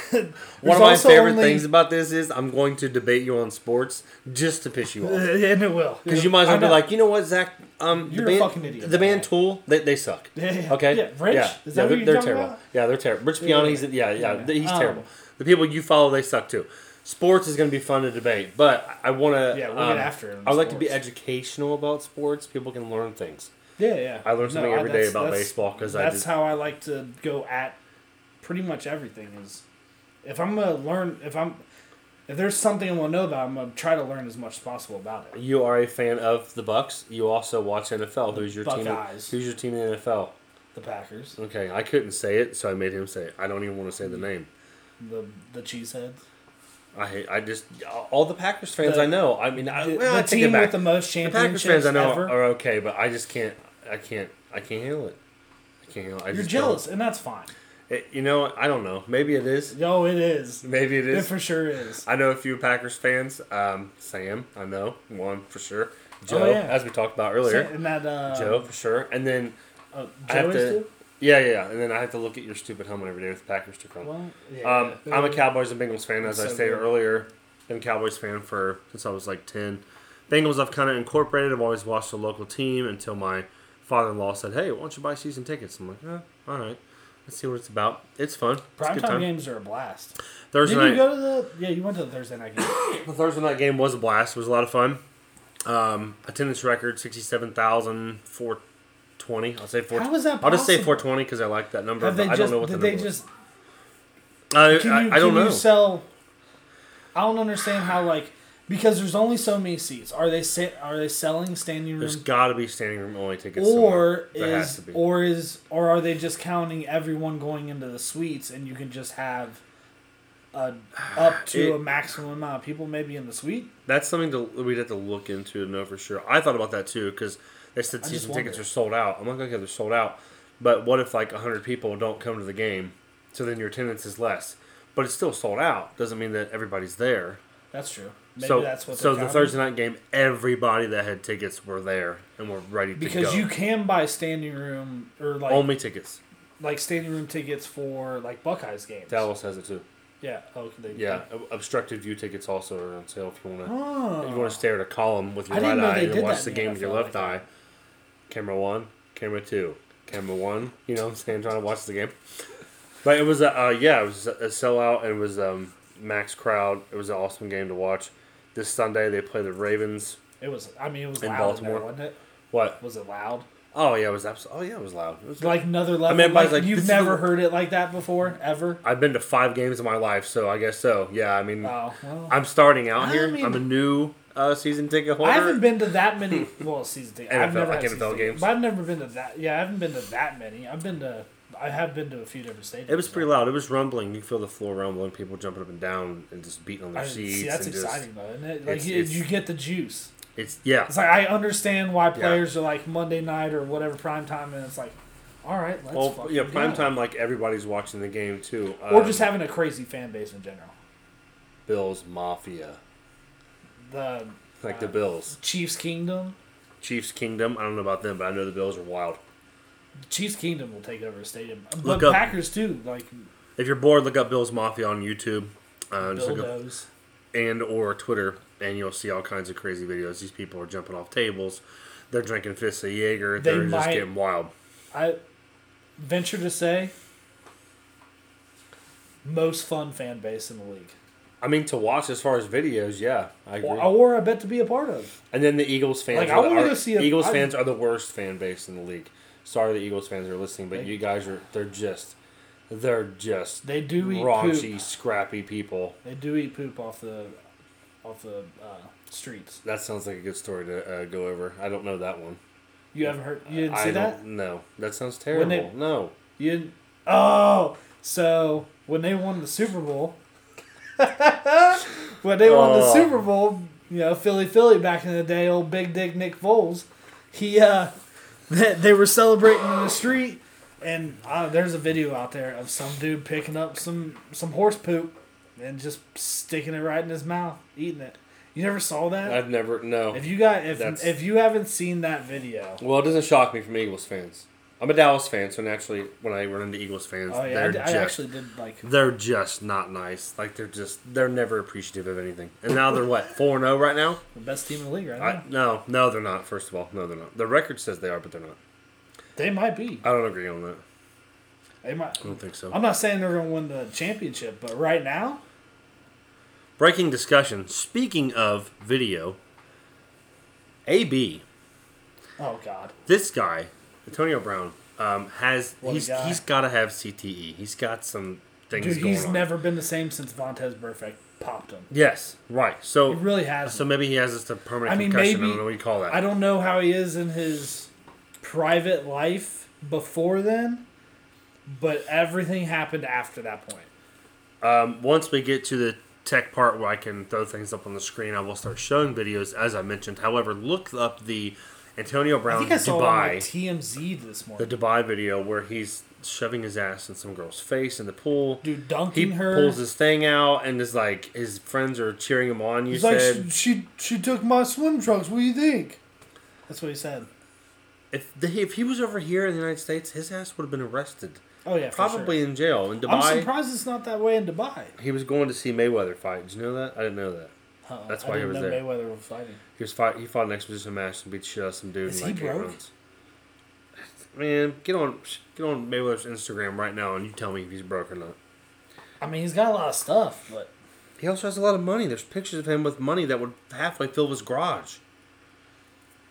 S1: there's
S2: One of my
S1: also
S2: favorite
S1: only-
S2: things about this is I'm going to debate you on sports just to piss you off.
S1: and it will
S2: Because you might as well
S1: I
S2: be
S1: know.
S2: like, you know what, Zach? Um,
S1: You're a
S2: the band,
S1: fucking idiot.
S2: The band Tool, they, they suck.
S1: Yeah, yeah, yeah.
S2: Okay.
S1: Yeah, Rich?
S2: Yeah,
S1: Is that who
S2: yeah they're,
S1: you're
S2: they're
S1: talking
S2: terrible.
S1: about?
S2: Yeah, they're terrible. Rich
S1: Yeah, yeah,
S2: Piani's, yeah, yeah,
S1: yeah.
S2: th- he's
S1: Um,
S2: terrible. The people you follow, they suck too. Sports is going to be fun to debate, but I- I want to.
S1: Yeah, we'll get after it on
S2: I would like to be
S1: sports.
S2: educational about sports. People can learn things.
S1: Yeah, yeah.
S2: I learn something
S1: I-
S2: every day
S1: that's-
S2: about
S1: that's-
S2: baseball 'cause I
S1: that's
S2: just-
S1: how I like to go at pretty much everything. Is if I'm gonna learn, if I'm if there's something I want to know about, I'm gonna try to learn as much as possible about it.
S2: You are a fan of the Bucks. You also watch NFL. Who's your team?
S1: Buckeyes.
S2: Who's your team in the NFL?
S1: The Packers,
S2: Okay, I couldn't say it, so I made him say it. I don't even want to say the name.
S1: the the cheeseheads,
S2: I hate. I just all the Packers fans
S1: The-
S2: I know. I mean, I,
S1: the,
S2: well, I
S1: the
S2: take it
S1: team
S2: back.
S1: with the most
S2: The Packers
S1: championships
S2: fans I know
S1: ever.
S2: are okay, but I just can't. I can't. I can't handle it. I can't handle. It. I
S1: You're
S2: just
S1: jealous, and that's fine.
S2: don't. It- you know, I don't know. Maybe it is.
S1: Yo, it is.
S2: Maybe it
S1: It
S2: is.
S1: for sure is.
S2: I know a few Packers fans. Um, Sam, I know one for sure. Joe,
S1: Oh, yeah.
S2: as we talked about earlier,
S1: And that uh,
S2: Joe for sure, and then
S1: uh,
S2: I have
S1: Joe is
S2: to.
S1: too.
S2: Yeah, yeah, yeah, and then I have to look at your stupid helmet every day with the Packers sticker on.
S1: Well,
S2: Um,
S1: yeah.
S2: I'm a Cowboys and Bengals fan, as I
S1: So
S2: stated
S1: good.
S2: earlier. Been a Cowboys fan for since I was like ten. Bengals I've kind of incorporated. I've always watched the local team until my father-in-law said, "Hey, why don't you buy season tickets?" I'm like, eh, "All right, let's see what it's about. It's fun. It's a good
S1: Primetime
S2: time."
S1: games are a blast.
S2: Thursday
S1: Did
S2: night,
S1: you go to the? Yeah, you went to the Thursday night game.
S2: the Thursday night game was a blast. It was a lot of fun. Um, attendance record sixty-seven thousand four twenty. I'll say four.
S1: How is that
S2: I'll just say
S1: possible?
S2: four twenty because I like that number.
S1: Have
S2: but
S1: they
S2: I
S1: just?
S2: don't know what the
S1: did
S2: number
S1: they
S2: was.
S1: just?
S2: I,
S1: Can
S2: I-
S1: you?
S2: I don't
S1: can
S2: know.
S1: You sell. I don't understand how like because there's only so many seats. Are they sit? Are they selling standing
S2: There's
S1: room?
S2: got to be standing room only tickets. somewhere.
S1: Mm-hmm. Or
S2: There has
S1: is
S2: to be.
S1: or is or are they just counting everyone going into the suites and you can just have a up to
S2: It-
S1: a maximum amount of people maybe in the suite?
S2: That's something to, we'd have to look into to know for sure. I thought about that too because they said
S1: I just
S2: season
S1: wonder.
S2: tickets are sold out. I'm like, okay, they're sold out, but what if like 100 people don't come to the game? So then your attendance is less, but it's still sold out. Doesn't mean that everybody's there.
S1: That's true. Maybe
S2: so
S1: that's what.
S2: so
S1: they're
S2: the
S1: counting.
S2: Thursday night game, everybody that had tickets were there and were ready to
S1: because
S2: go.
S1: you can buy standing room or like
S2: only tickets.
S1: like standing room tickets for like Buckeyes games.
S2: Dallas has it too.
S1: yeah. Oh, can they,
S2: Yeah, ob- obstructive view tickets also are on sale if you want to.
S1: Oh.
S2: If you want to stare at a column with your
S1: I
S2: right
S1: didn't know
S2: eye
S1: they
S2: and
S1: did
S2: watch
S1: that
S2: the
S1: in the
S2: game with your
S1: NFL
S2: left
S1: like
S2: eye, camera one, camera two, camera one. You know what I'm saying? Trying to watch the game. But it was a uh, yeah, it was a sellout and it was um, max crowd. It was an awesome game to watch. This Sunday they play the Ravens.
S1: It was. I mean, it was
S2: In
S1: loud
S2: Baltimore.
S1: In there, wasn't it?
S2: What?
S1: Was it loud?
S2: Oh yeah, it was abs- Oh yeah, it was loud. It was
S1: Like another level.
S2: mean,
S1: like,
S2: everybody's like, this
S1: you've
S2: is
S1: never
S2: the-
S1: heard it like that before, ever.
S2: I've been to five games in my life, so I guess so. Yeah, I mean,
S1: Oh well. I,
S2: Mm. I'm starting out
S1: I
S2: here.
S1: mean-
S2: I'm a new uh, season ticket holder.
S1: haven't been to that many. Well, season tickets. I've
S2: NFL
S1: never
S2: like
S1: had
S2: NFL
S1: season tickets,
S2: games.
S1: But I've never been to that. Yeah, I haven't been to that many. I've been to. I have been to a few different stadiums.
S2: It was pretty loud. It was rumbling. You feel the floor rumbling. People jumping up and down and just beating on their
S1: I,
S2: seats.
S1: see, that's
S2: and just-
S1: exciting though, isn't it? Like
S2: it's-
S1: you,
S2: it's-
S1: you get the juice.
S2: It's yeah.
S1: It's like I understand why players are like Monday night or whatever prime time, and it's like, all right, let's.
S2: well,
S1: fucking
S2: Oh, yeah. Prime
S1: go.
S2: time, like everybody's watching the game too.
S1: Or
S2: Um,
S1: just having a crazy fan base in general.
S2: Bills Mafia,
S1: The
S2: like the
S1: Uh,
S2: Bills,
S1: Chiefs Kingdom.
S2: Chiefs Kingdom. I don't know about them, but I know the Bills are wild.
S1: Chiefs Kingdom will take over a stadium. But
S2: Look up-
S1: Packers too, like
S2: If you're bored, look up Bills Mafia on YouTube, uh, just look up-
S1: dildos.
S2: and or Twitter, and you'll see all kinds of crazy videos. These people are jumping off tables. They're drinking fists of Jaeger.
S1: They
S2: They are just
S1: might-
S2: getting wild.
S1: I venture to say most fun fan base in the league,
S2: I mean, to watch as far as videos, yeah, I agree.
S1: or, or I bet to be a part of.
S2: And then the Eagles fans.
S1: Like, I
S2: are,
S1: wanna
S2: are-
S1: go see a-
S2: Eagles
S1: I-
S2: fans are the worst fan base in the league. Sorry, the Eagles fans are listening, but
S1: They-
S2: you guys are. They're just. They're just
S1: They do eat
S2: raunchy,
S1: poop.
S2: scrappy people.
S1: They do eat poop off the off the uh, streets.
S2: That sounds like a good story to uh, go over. I don't know that one.
S1: You haven't heard? You didn't
S2: I
S1: see that?
S2: don't know. That sounds
S1: When
S2: terrible.
S1: they-
S2: no.
S1: You didn't, oh, so when they won the Super Bowl, when they won the
S2: Oh.
S1: Super Bowl, you know, Philly, Philly, back in the day, old Big Dick Nick Foles, he, uh, they, they were celebrating in the street, And uh, there's a video out there of some dude picking up some some horse poop and just sticking it right in his mouth, eating it. You never saw that?
S2: I've never no.
S1: if you got if
S2: That's-
S1: if you haven't seen that video,
S2: Well, it doesn't shock me from Eagles fans. I'm a Dallas fan, so naturally, when I run into Eagles fans,
S1: oh yeah, I,
S2: they're
S1: d- I
S2: just
S1: actually did like
S2: they're just not nice. Like they're just they're never appreciative of anything. And now they're what four and zero right now.
S1: the best team in the league right
S2: I,
S1: now.
S2: no, no, they're not. First of all, no, they're not. The record says they are, but they're not.
S1: They might be.
S2: I don't agree on that.
S1: They might.
S2: I don't think so.
S1: I'm not saying they're gonna win the championship, but right now,
S2: Breaking discussion. Speaking of video, AB,
S1: oh god,
S2: this guy, Antonio Brown, um, has
S1: What a
S2: he's
S1: guy.
S2: he's got to have CTE. He's got some things
S1: dude,
S2: going
S1: he's
S2: on.
S1: never been the same since Vontez Burfict popped him.
S2: yes, right. So
S1: He really has.
S2: So maybe he has just a permanent
S1: I mean,
S2: concussion. I
S1: maybe-
S2: don't know what you call that.
S1: I don't know how he is in his private life before then, but everything happened after that point.
S2: Um, once we get to the tech part where I can throw things up on the screen, I will start showing videos as I mentioned. However, look up the Antonio
S1: I
S2: Brown
S1: think I saw it on like,
S2: Dubai,
S1: TMZ this
S2: the
S1: morning.
S2: Dubai video where he's shoving his ass in some girl's face in the pool.
S1: Dude,
S2: He
S1: dunking her.
S2: pulls his thing out and is like his friends are cheering him on. You
S1: He's like,
S2: said
S1: she, she she took my swim trunks. What do you think? That's what he said.
S2: if the, if he was over here in the United States, his ass would have been arrested,
S1: Oh yeah, for
S2: probably
S1: sure.
S2: in jail in
S1: I'm
S2: Dubai.
S1: surprised it's not that way in Dubai.
S2: He was going to see Mayweather fight. Did you know that? I didn't know that.
S1: Uh-uh.
S2: That's
S1: I
S2: why he
S1: didn't
S2: was
S1: know
S2: there.
S1: Mayweather was fighting.
S2: He was fight. He fought an exposition match and beat the shit out of some dude
S1: Is
S2: in
S1: he
S2: like eight
S1: broke?
S2: rounds. Man, get on get on Mayweather's Instagram right now and you tell me if he's broke or not.
S1: I mean, he's got a lot of stuff, but
S2: He also has a lot of money. There's pictures of him with money that would halfway fill his garage.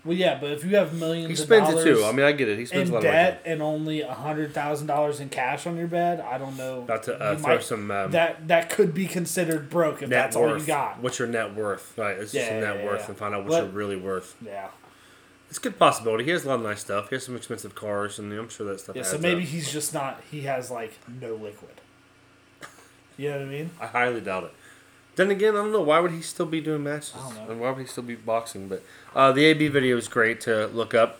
S1: well, yeah. But if you have millions,
S2: He
S1: of
S2: spends it
S1: dollars
S2: too. I mean, I get it. He spends
S1: in
S2: a lot of
S1: debt
S2: money.
S1: and only a hundred thousand dollars in cash on your bed, I don't know.
S2: About to uh,
S1: You
S2: throw
S1: might-
S2: some um,
S1: that that could be considered broke if
S2: net
S1: that's
S2: worth.
S1: all you got.
S2: What's your net worth? Right, it's just
S1: Yeah,
S2: some
S1: yeah,
S2: net
S1: yeah,
S2: worth
S1: yeah.
S2: and find out what,
S1: Let-
S2: you're really worth.
S1: Yeah.
S2: It's a good possibility. He has a lot of nice stuff. He has some expensive cars, and I'm sure that stuff.
S1: Yeah.
S2: adds
S1: So maybe
S2: up.
S1: he's just not. He has like no liquid. You know what I mean?
S2: I highly doubt it. Then again, I don't know why would he still be doing matches,
S1: I don't know.
S2: and why would he still be boxing? But uh, the AB video is great to look up.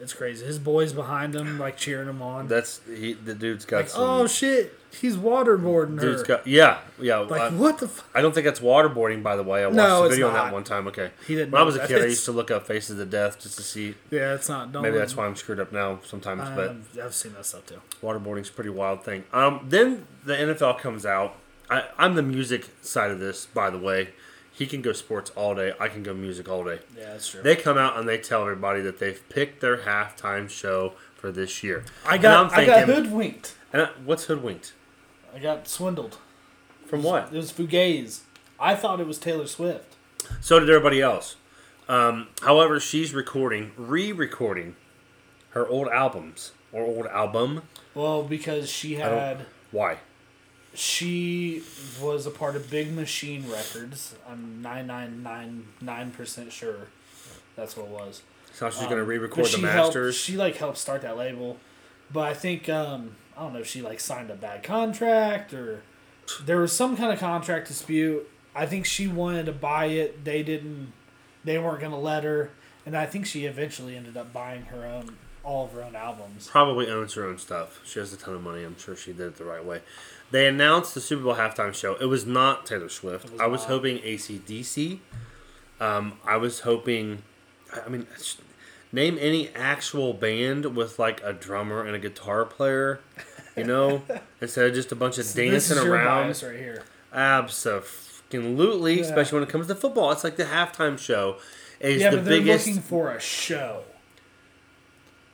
S1: It's crazy. His boys behind him, like cheering him on.
S2: That's he, the dude's got
S1: like,
S2: some.
S1: oh shit, he's waterboarding
S2: dude's
S1: her.
S2: got yeah yeah.
S1: like
S2: I,
S1: what the? F-
S2: I don't think that's waterboarding, by the way. I watched
S1: No,
S2: a
S1: it's
S2: video on
S1: not.
S2: that one time. Okay,
S1: He didn't
S2: when I
S1: know
S2: was a
S1: that. Oh,
S2: kid, I used to look up Faces of Death just to see.
S1: yeah, Um, it's not. Don't
S2: Maybe that's why I'm screwed up now sometimes, but
S1: I've, I've seen that stuff too.
S2: waterboarding's a pretty wild thing. Um, then the NFL comes out. I, I'm the music side of this, by the way. He can go sports all day. I can go music all day.
S1: Yeah, that's true.
S2: They come out and they tell everybody that they've picked their halftime show for this year.
S1: I
S2: And
S1: got.
S2: I'm
S1: I got
S2: thinking-
S1: hoodwinked.
S2: And I- what's hoodwinked?
S1: I got swindled.
S2: From what?
S1: It was Fugaze. I thought it was Taylor Swift.
S2: So did everybody else. Um, however, she's recording, re-recording her old albums or old album.
S1: Well, because she
S2: I don't-
S1: had
S2: Why?
S1: she was a part of Big Machine Records. I'm nine nine nine nine percent sure that's what it was.
S2: So she's going to
S1: Uh, But
S2: re-record the
S1: she helped-
S2: masters.
S1: she like helped start that label, but I think um, I don't know if she like signed a bad contract or there was some kind of contract dispute. I think she wanted to buy it. They didn't. They weren't gonna let her, and I think she eventually ended up buying her own all of her own albums.
S2: probably owns her own stuff. She has a ton of money. I'm sure she did it the right way. They announced the Super Bowl halftime show. It was not Taylor Swift.
S1: It was
S2: I was
S1: not.
S2: hoping ACDC. Um, I was hoping. I- I mean, sh- name any actual band with like a drummer and a guitar player, you know, instead of just a bunch of
S1: this
S2: dancing
S1: is your bias
S2: around.
S1: right here.
S2: Absolutely,
S1: Yeah.
S2: especially when it comes to football. It's like the halftime show is
S1: yeah,
S2: the
S1: but they're
S2: biggest.
S1: looking for a show.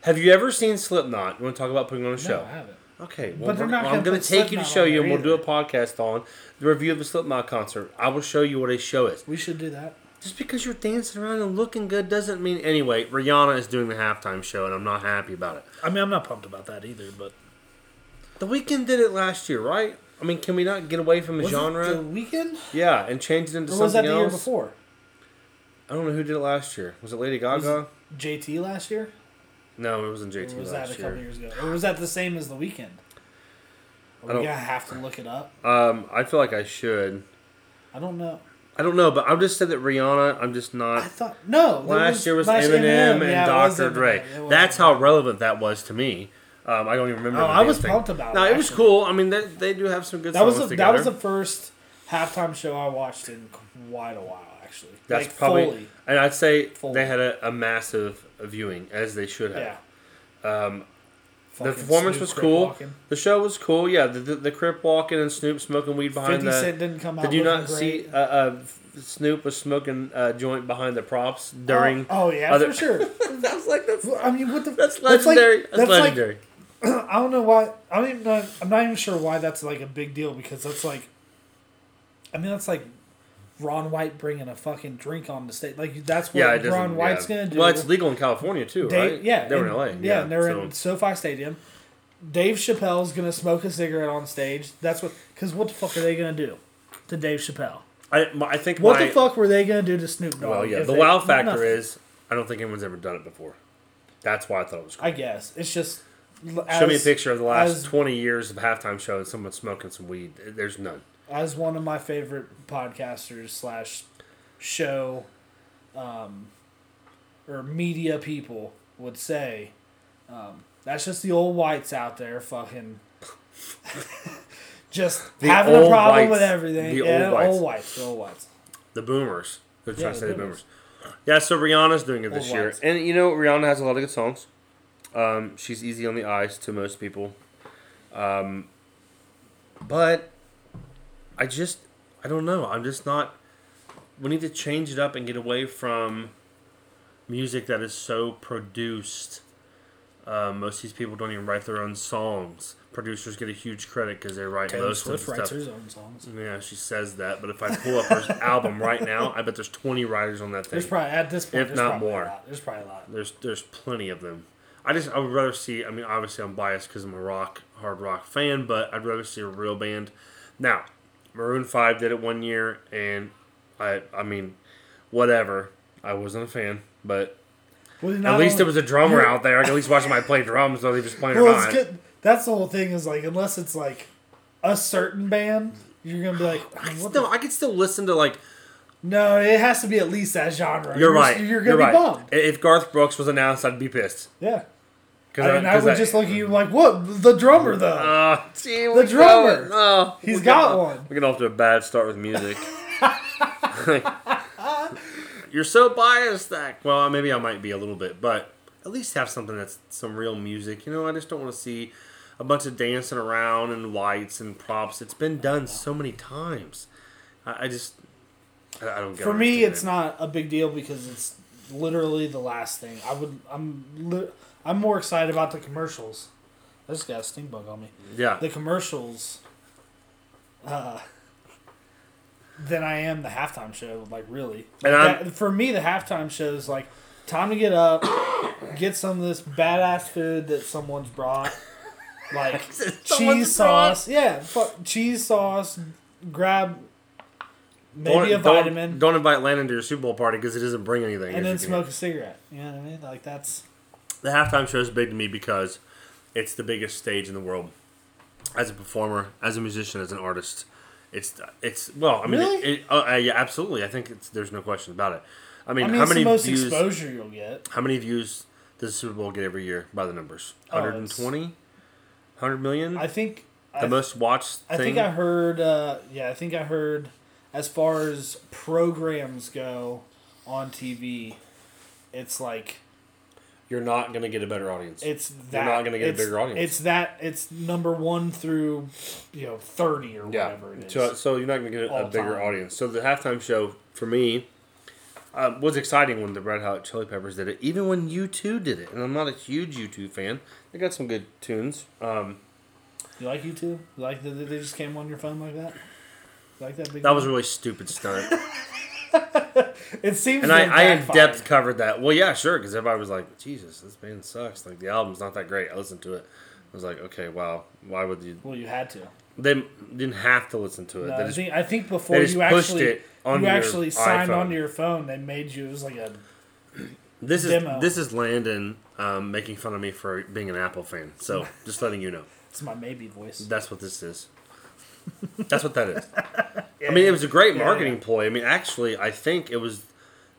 S2: Have you ever seen Slipknot? You want to talk about putting on a
S1: No,
S2: show?
S1: I haven't.
S2: Okay, well,
S1: But they're
S2: we're-
S1: not
S2: I'm
S1: gonna
S2: going
S1: put
S2: to take you to
S1: Slipknot
S2: show
S1: on
S2: you,
S1: there
S2: and we'll do a
S1: either.
S2: podcast on the review of the Slipknot concert. I will show you what a show is.
S1: We should do that.
S2: Just because you're dancing around and looking good doesn't mean anyway. Rihanna is doing the halftime show, and I'm not happy about it.
S1: I mean, I'm not pumped about that either, but
S2: The Weeknd did it last year, right? I mean, can we not get away from the
S1: Was it
S2: genre?
S1: the weekend,
S2: Yeah, and change it into
S1: or
S2: something
S1: was that the
S2: else.
S1: year before?
S2: I don't know who did it last year. Was it Lady Gaga?
S1: it JT last year,
S2: no, it wasn't
S1: or
S2: JT
S1: was that
S2: last
S1: a
S2: year.
S1: couple years ago, or was that the same as the weekend? Are
S2: I
S1: we
S2: don't-
S1: gonna have to look it up?
S2: Um, I feel like I should.
S1: I don't know.
S2: I don't know, but I've just said that Rihanna. I'm just not.
S1: I thought no. there
S2: Uh, Last year was
S1: last
S2: Eminem, and
S1: yeah, it was
S2: Dr.
S1: Eminem.
S2: Dre.
S1: It was
S2: That's
S1: Eminem.
S2: how relevant that was to me. Um, I don't even remember.
S1: Oh,
S2: the
S1: I
S2: damn
S1: was
S2: thing.
S1: pumped about
S2: No,
S1: it,
S2: it was
S1: actually.
S2: cool. I mean, they, they do have some good
S1: That was
S2: songs
S1: the,
S2: together.
S1: that was the first halftime show I watched in quite a while, actually.
S2: That's
S1: Like,
S2: probably,
S1: fully.
S2: and I'd say
S1: Fully.
S2: they had a, a massive viewing as they should have.
S1: Yeah.
S2: Um, The
S1: Fucking
S2: performance
S1: Snoop
S2: was
S1: Crip
S2: cool.
S1: walking.
S2: The show was cool. Yeah, the the, the Crip walking and Snoop smoking weed behind
S1: Fifty
S2: the.
S1: Cent didn't come out.
S2: Did you
S1: looking
S2: not
S1: great.
S2: see uh, uh, Snoop was smoking a joint behind the props during?
S1: Oh, oh, yeah,
S2: other-
S1: for sure.
S2: that was like that's,
S1: I mean, what the?
S2: that's
S1: like-
S2: legendary. That's,
S1: like-
S2: legendary.
S1: I don't know why. I don't even. Know, I'm not even sure why that's like a big deal because that's like. I mean, that's like Ron White bringing a fucking drink on the stage. Like that's what
S2: yeah, it doesn't.
S1: Ron White's
S2: yeah.
S1: gonna do.
S2: Well, it's legal in California too,
S1: Dave,
S2: right?
S1: Yeah,
S2: they were
S1: and-
S2: in LA.
S1: Yeah, and they're in SoFi Stadium. Dave Chappelle's gonna smoke a cigarette on stage. That's what. Because what the fuck are they gonna do to Dave Chappelle?
S2: I, my, I think
S1: What
S2: my,
S1: the fuck were they gonna do to Snoop Dogg?
S2: Well, yeah,
S1: if
S2: the
S1: they-
S2: wow factor
S1: nothing.
S2: is I don't think anyone's ever done it before. That's why I thought it was cool.
S1: I guess it's just.
S2: Show me a picture of the last
S1: as-
S2: 20 years of halftime show and someone smoking some weed. There's none.
S1: as one of my favorite podcasters slash show um, or media people would say um, that's just the old whites out there fucking just
S2: The
S1: having a
S2: old
S1: problem
S2: whites.
S1: with everything
S2: The
S1: yeah,
S2: old whites.
S1: old whites the old whites
S2: The boomers. They're trying
S1: Yeah,
S2: to
S1: the
S2: say the boomers.
S1: boomers.
S2: Yeah, so Rihanna's doing it this
S1: Old
S2: year.
S1: ones.
S2: And you know, Rihanna has a lot of good songs. Um, she's easy on the eyes to most people. Um, but I just, I don't know. I'm just not. We need to change it up and get away from music that is so produced. Um, most of these people don't even write their own songs. Producers get a huge credit because they write
S1: Taylor
S2: most of
S1: Swift
S2: the
S1: writes
S2: stuff.
S1: her own songs
S2: Yeah, she says that, but if I pull up her album right now, I bet there's 20 writers on that thing.
S1: there's probably at this point
S2: If
S1: there's
S2: not
S1: probably a
S2: more.
S1: lot. there's probably a lot
S2: There's there's plenty of them. I just I would rather see. I mean, obviously I'm biased because I'm a rock hard rock fan, but I'd rather see a real band. Now, Maroon Five did it one year, and I I mean, whatever. I wasn't a fan, but
S1: Well,
S2: at
S1: not
S2: least
S1: only-
S2: there was a drummer
S1: you're-
S2: out there. I could at least watch him play drums, whether he was playing or
S1: Well, it's
S2: not.
S1: good. That's the whole thing is like unless it's like a certain band, you're gonna be like,
S2: I could
S1: what
S2: still, I could still listen to like
S1: the- no, it has to be at least that genre.
S2: you're right.
S1: You're
S2: You're,
S1: gonna
S2: right.
S1: be bummed.
S2: I- If Garth Brooks was announced, I'd be pissed.
S1: Yeah,
S2: 'Cause
S1: I mean, I
S2: 'cause Mm.
S1: would just look at you like, what the drummer though?
S2: Uh, gee,
S1: The drummer.
S2: Oh,
S1: He's
S2: we're
S1: got
S2: getting-
S1: one.
S2: We're getting off to a bad start with music. You're so biased, that well, maybe I might be a little bit, but at least have something that's some real music. You know, I just don't want to see a bunch of dancing around and lights and props. It's been done so many times. I, I just, I, I don't get.
S1: For me, it's not a big deal because it's literally the last thing. I would. I'm. Li- I'm more excited about the commercials. I just got a stink bug on me.
S2: Yeah,
S1: The commercials. Uh, than I am the halftime show. Like really,
S2: And
S1: Like,
S2: I'm-
S1: that- for me the halftime show is like time to get up, get some of this badass food that someone's brought, like cheese
S2: Someone's brought-
S1: sauce. Yeah, fuck, cheese sauce. Grab
S2: Don't-
S1: maybe a
S2: don't-
S1: vitamin
S2: Don't, invite Landon to your Super Bowl party because it doesn't bring anything. if
S1: and then
S2: you can.
S1: smoke a cigarette. You know what I mean? Like that's
S2: the halftime show is big to me because it's the biggest stage in the world. As a performer, as a musician, as an artist, it's it's well, I mean,
S1: Really?
S2: it, it, uh, uh, yeah, absolutely. I think it's there's no question about it. I mean,
S1: I mean,
S2: how
S1: it's
S2: many
S1: the most
S2: views?
S1: exposure you'll get.
S2: How many views does the Super Bowl get every year by the numbers?
S1: Oh,
S2: 120, 100 million.
S1: I think
S2: the
S1: I,
S2: most watched
S1: I
S2: thing.
S1: think I heard. Uh, yeah, I think I heard. As far as programs go on TV, it's like
S2: You're not gonna get a better audience.
S1: it's
S2: You're
S1: that.
S2: not gonna get a
S1: it's-
S2: bigger audience.
S1: It's that. It's number one through, you know, thirty or
S2: yeah.
S1: whatever it is.
S2: So, so you're not gonna get a,
S1: All
S2: a bigger
S1: time.
S2: audience. So the halftime show for me uh, was exciting when the Red Hot Chili Peppers did it. Even when U two did it, and I'm not a huge U two fan. They got some good tunes. Um,
S1: you like you two? You like that they just came on your phone like that? You like that big?
S2: that was a
S1: one?
S2: really stupid stunt,
S1: It seems.
S2: and I,
S1: to
S2: I in
S1: backfire.
S2: depth covered that. Well, yeah, sure, because everybody was like, "Jesus, this band sucks." Like the album's not that great. I listened to it. I was like, "Okay, wow, why would you?"
S1: Well, you had to.
S2: They didn't have to listen to it.
S1: No,
S2: they
S1: I
S2: just
S1: think I think before
S2: they just
S1: you
S2: pushed
S1: actually
S2: it on
S1: you
S2: your
S1: actually signed
S2: iPhone.
S1: onto your phone, they made you it was like a
S2: This is
S1: demo.
S2: this is Landon um, making fun of me for being an Apple fan. So just letting you know,
S1: it's my maybe voice.
S2: that's what this is. That's what that is. I mean, it was a great
S1: Yeah,
S2: marketing
S1: yeah.
S2: ploy. I mean, actually, I think it was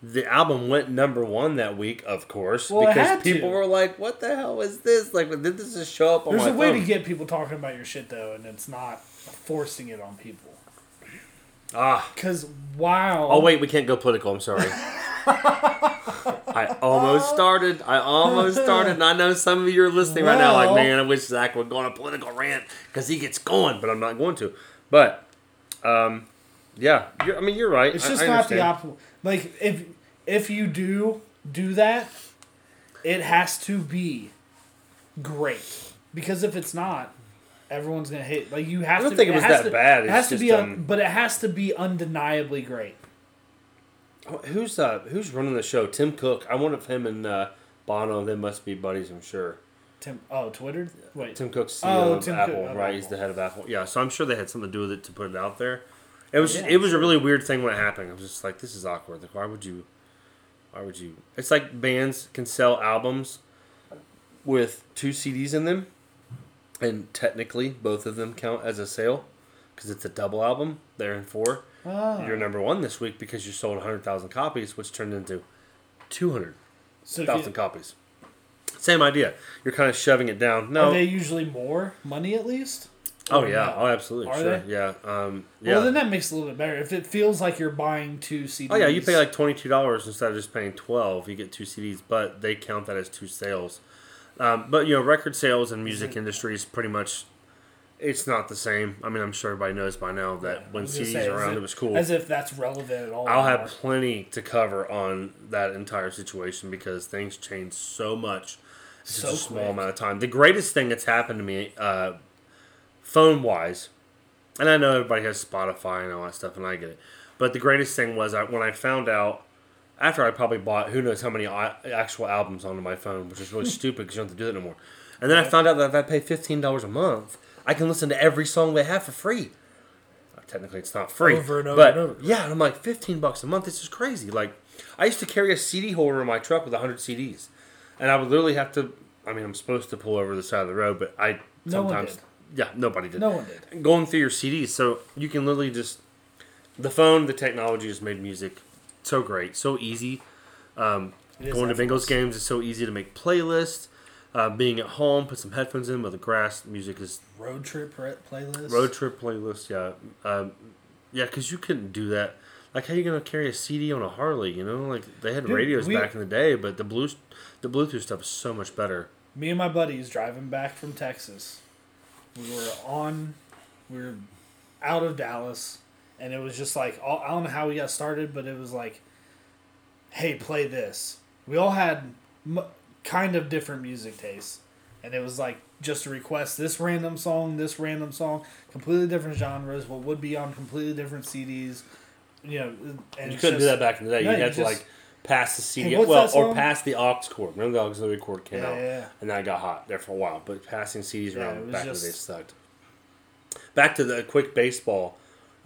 S2: the album went number one that week, of course,
S1: Well, it
S2: because
S1: had to.
S2: people were like, "What the hell is this? Like, did this just show up on
S1: There's
S2: my
S1: a way
S2: phone?"
S1: to get people talking about your shit though, and it's not forcing it on people.
S2: ah,
S1: Because wow,
S2: oh wait, we can't go political. I'm sorry. I almost started. I almost started, and I know some of you are listening right now. Like,
S1: Well-
S2: man, I wish Zach would go on a political rant because he gets going, but I'm not going to. But, um, yeah, you're, I mean, you're right.
S1: it's
S2: I-
S1: just
S2: I
S1: not the
S2: understand.
S1: optimal. Like if if you do do that, it has to be great. Because if it's not, everyone's gonna hate. Like you have
S2: don't
S1: to.
S2: think it was
S1: has
S2: that
S1: to-
S2: bad,
S1: It
S2: it's
S1: has to
S2: just,
S1: be, un-
S2: um,
S1: but it has to be undeniably great.
S2: Who's uh who's running the show? Tim Cook. I wonder if him and uh, Bono they must be buddies. I'm sure.
S1: Tim. Oh, Twitter. Wait.
S2: Tim Cook's CEO
S1: Oh,
S2: of
S1: Tim Cook,
S2: Apple,
S1: of
S2: right? He's
S1: Apple.
S2: the head of Apple. Yeah, so I'm sure they had something to do with it to put it out there. It was
S1: Yeah,
S2: it was a really weird thing when it happened. I was just like, this is awkward. Like, why would you? Why would you? It's like bands can sell albums with two CDs in them, and technically both of them count as a sale because it's a double album. They're in four.
S1: Ah.
S2: You're number one this week because you sold 100,000 copies, which turned into 200,000
S1: So if you-
S2: copies. Same idea. You're kind of shoving it down. No.
S1: are they usually more money at least?
S2: Oh
S1: Or
S2: yeah,
S1: no?
S2: oh absolutely,
S1: Are
S2: sure,
S1: they?
S2: yeah, um, yeah.
S1: Well, then that makes it a little bit better. If it feels like you're buying two CDs.
S2: oh yeah, you pay like twenty two dollars instead of just paying twelve. You get two CDs, but they count that as two sales. Um, but you know, record sales and music
S1: Mm-hmm.
S2: industry is pretty much. It's not the same. I mean, I'm sure everybody knows by now that
S1: I
S2: when
S1: was gonna
S2: CDs
S1: say,
S2: were
S1: as
S2: around,
S1: if-
S2: it was cool.
S1: As if that's relevant at all.
S2: I'll have
S1: anymore.
S2: plenty to cover on that entire situation because things change so much in
S1: So
S2: such a small
S1: quick.
S2: amount of time. The greatest thing that's happened to me, uh, phone wise, and I know everybody has Spotify and all that stuff, and I get it. But the greatest thing was I, when I found out after I probably bought who knows how many i- actual albums onto my phone, which is
S1: Hmm.
S2: really stupid because you don't have to do that anymore. And then I found out that if I pay fifteen dollars a month, I can listen to every song they have for free. Uh, Technically, it's not free,
S1: Over and over
S2: but
S1: and over.
S2: yeah, and I'm like fifteen bucks a month. This is crazy. Like, I used to carry a CD holder in my truck with hundred CDs, and I would literally have to. I mean, I'm supposed to pull over the side of the road, but I
S1: No one
S2: sometimes. Yeah, nobody did
S1: No one did.
S2: going through your CDs. So you can literally just the phone, the technology has made music so great, so easy. Um,
S1: It is
S2: going to
S1: effortless.
S2: Bengals games is so easy to make playlists. Uh, being at home, put some headphones in with the grass. Music is
S1: Road trip re- playlist.
S2: road trip playlist. Yeah, um, yeah, because you couldn't do that. Like, how you gonna carry a CD on a Harley? You know, like they had
S1: Dude,
S2: radios
S1: we-
S2: back in the day, but the blue, the Bluetooth stuff is so much better.
S1: Me and my buddies driving back from Texas. We were on. We were out of Dallas, and it was just like all, I don't know how we got started, but it was like, "Hey, play this." We all had m- kind of different music tastes, and it was like just a request this random song, this random song, completely different genres. What would be on completely different CDs, you know? And
S2: You
S1: it's
S2: couldn't do
S1: just-
S2: that back in the day.
S1: no,
S2: you
S1: you
S2: had to
S1: just-
S2: like pass the CD,
S1: Hey, what's
S2: well,
S1: that
S2: or
S1: song?
S2: pass the aux cord. Remember the auxiliary cord came
S1: Yeah,
S2: out,
S1: yeah, yeah.
S2: and that got hot there for a while. But passing CDs
S1: Yeah, it
S2: around
S1: was
S2: back in the day
S1: just-
S2: sucked. Back to the quick baseball.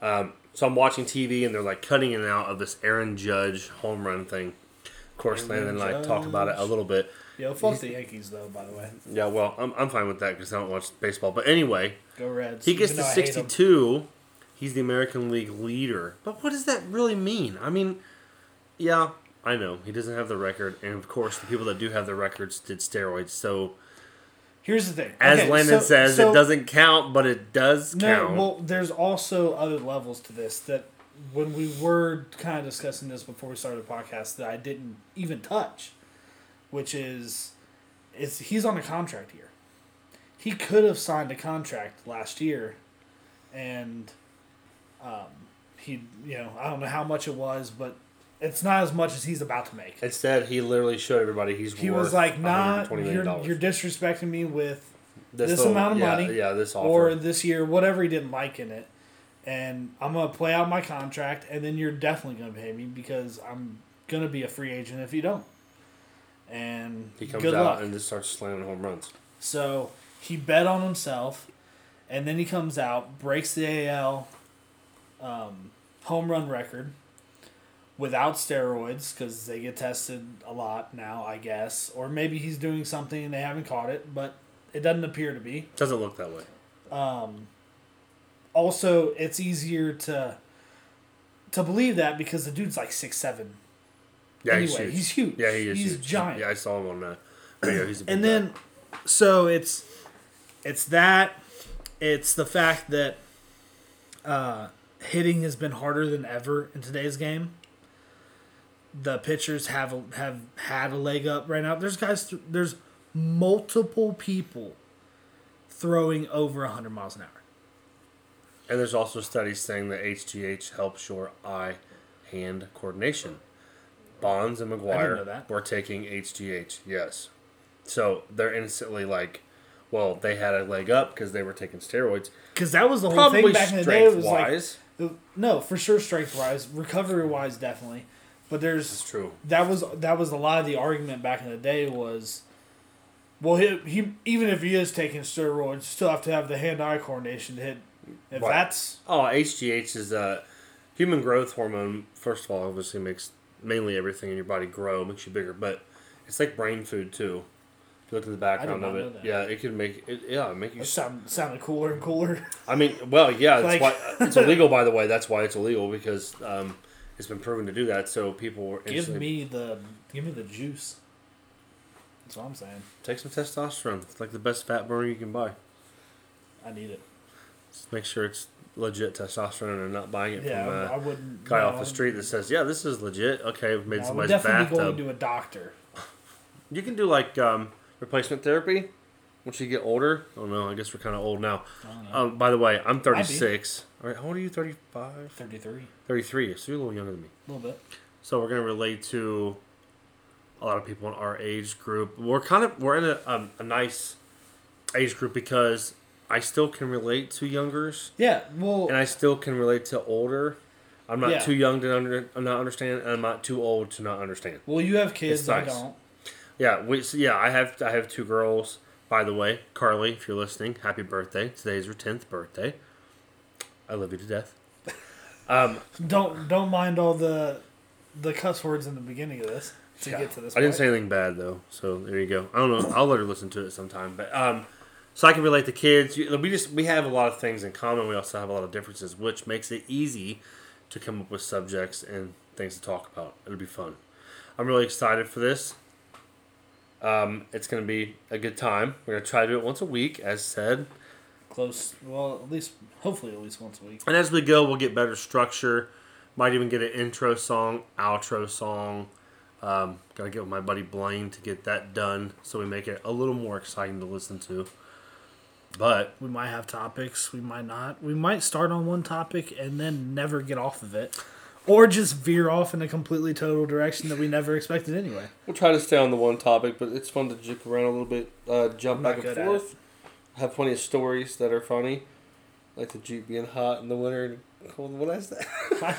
S2: Um, so I'm watching TV, and they're like cutting in and out of this Aaron Judge home run thing. Of course,
S1: Aaron
S2: Landon and I talk about it a
S1: Judge.
S2: little bit.
S1: Yo, fuck the Yankees though. By the way,
S2: Yeah, well, I'm, I'm fine with that because I don't watch baseball. But anyway,
S1: go Reds.
S2: he gets
S1: even
S2: to
S1: though I hate 'em.
S2: 62. He's the American League leader. But what does that really mean? I mean, yeah, I know. He doesn't have the record. And of course, the people that do have the records did steroids. So,
S1: Here's the thing.
S2: as
S1: Okay,
S2: Landon
S1: so-
S2: says,
S1: so-
S2: it doesn't count, but it does
S1: No,
S2: count.
S1: well, there's also other levels to this that when we were kind of discussing this before we started the podcast that I didn't even touch, which is, is he's on a contract here. He could have signed a contract last year, and um, he, you know, I don't know how much it was, but it's not as much as he's about to make.
S2: Instead, he literally showed everybody he's
S1: He
S2: worth
S1: was like, "Nah,
S2: $120
S1: you're,
S2: million.
S1: you're disrespecting me with
S2: this,
S1: this
S2: little-
S1: amount of
S2: yeah,
S1: money,
S2: Yeah, this offer.
S1: or this year, whatever he didn't like in it. And I'm gonna play out my contract, and then you're definitely gonna pay me because I'm gonna be a free agent if you don't. And
S2: he comes
S1: good
S2: out
S1: luck.
S2: and just starts slamming home runs.
S1: so he bet on himself, and then he comes out, breaks the AL um, home run record without steroids because they get tested a lot now, I guess. Or maybe he's doing something and they haven't caught it, but it doesn't appear to be
S2: Doesn't look that way.
S1: also it's easier to to believe that because the dude's like six seven
S2: Yeah,
S1: anyway,
S2: huge.
S1: he's huge.
S2: Yeah, he is.
S1: He's
S2: huge.
S1: giant.
S2: Yeah, I saw him on that video. He's a big
S1: and
S2: guy.
S1: then so it's it's that it's the fact that uh hitting has been harder than ever in today's game the pitchers have a, have had a leg up right now there's guys th- there's multiple people throwing over 100 miles an hour
S2: And there's also studies saying that HGH helps your eye hand coordination. Bonds and
S1: know
S2: McGuire
S1: that.
S2: were taking HGH, yes. So they're instantly like, well, they had a leg up because they were taking steroids.
S1: because that was the whole
S2: Probably
S1: thing back in the day it was
S2: strength-wise.
S1: like no for sure strength wise recovery wise definitely but there's
S2: It's true.
S1: that was that was a lot of the argument back in the day was well he, he even if he is taking steroids you still have to have the hand eye coordination to hit if
S2: Right.
S1: that's
S2: Oh, HGH is uh, human growth hormone. First of all, obviously makes mainly everything in your body grow, makes you bigger, but it's like brain food too. If you look at the background
S1: not
S2: of
S1: know
S2: it,
S1: that.
S2: yeah, it can make it. Yeah, make you
S1: it sound, sounded cooler and cooler
S2: I mean, well, yeah,
S1: Like-
S2: that's why it's illegal. By the way, that's why it's illegal because um, it's been proven to do that. So people were
S1: give
S2: instantly-
S1: me the give me the juice that's what i'm saying
S2: take some testosterone. It's like the best fat burner you can buy.
S1: i need it
S2: Just make sure it's legit testosterone and not buying it
S1: yeah
S2: from
S1: i
S2: a
S1: wouldn't
S2: guy
S1: no,
S2: off the street that says, "Yeah, this is legit." Okay, I've made
S1: i would
S2: somebody's
S1: definitely be
S2: bathtub.
S1: going to a doctor
S2: you can do like um, replacement therapy once you get older. Oh no, I guess we're kind of old now. Um, by the way, I'm 36. All right, how old are you? 35,
S1: 33
S2: 33. So you're a little younger than me.
S1: a little bit
S2: So we're gonna relate to a lot of people in our age group. We're kind of we're in a, um, a nice age group because I still can relate to youngers
S1: yeah well
S2: and I still can relate to older. I'm not
S1: Yeah.
S2: too young to under, not understand, and I'm not too old to not understand.
S1: well you have kids
S2: It's
S1: i
S2: nice.
S1: don't
S2: Yeah, we, so yeah. I have I have two girls. By the way, Carly, if you're listening, happy birthday! Today's her tenth birthday. I love you to death. Um,
S1: don't don't mind all the the cuss words in the beginning of this to
S2: Yeah.
S1: get to this
S2: I didn't
S1: part.
S2: say anything bad though, so there you go. I don't know. I'll let her listen to it sometime, but um, so I can relate to kids. You- We just we have a lot of things in common. We also have a lot of differences, which makes it easy to come up with subjects and things to talk about. It'll be fun. I'm really excited for this. Um, it's gonna be a good time. We're gonna try to do it once a week, as said.
S1: close. Well, at least hopefully at least once a week.
S2: And as we go, we'll get better structure. Might even get an intro song, outro song. Um, gotta get with my buddy Blaine to get that done so we make it a little more exciting to listen to. But
S1: We might have topics. We might not. We might start on one topic and then never get off of it, or just veer off in a completely total direction that we never expected anyway.
S2: we'll try to stay on the one topic, but it's fun to jig around a little bit, uh, jump
S1: I'm not good at
S2: Have plenty of stories that are funny, like the Jeep being hot in the winter and cold. What is that?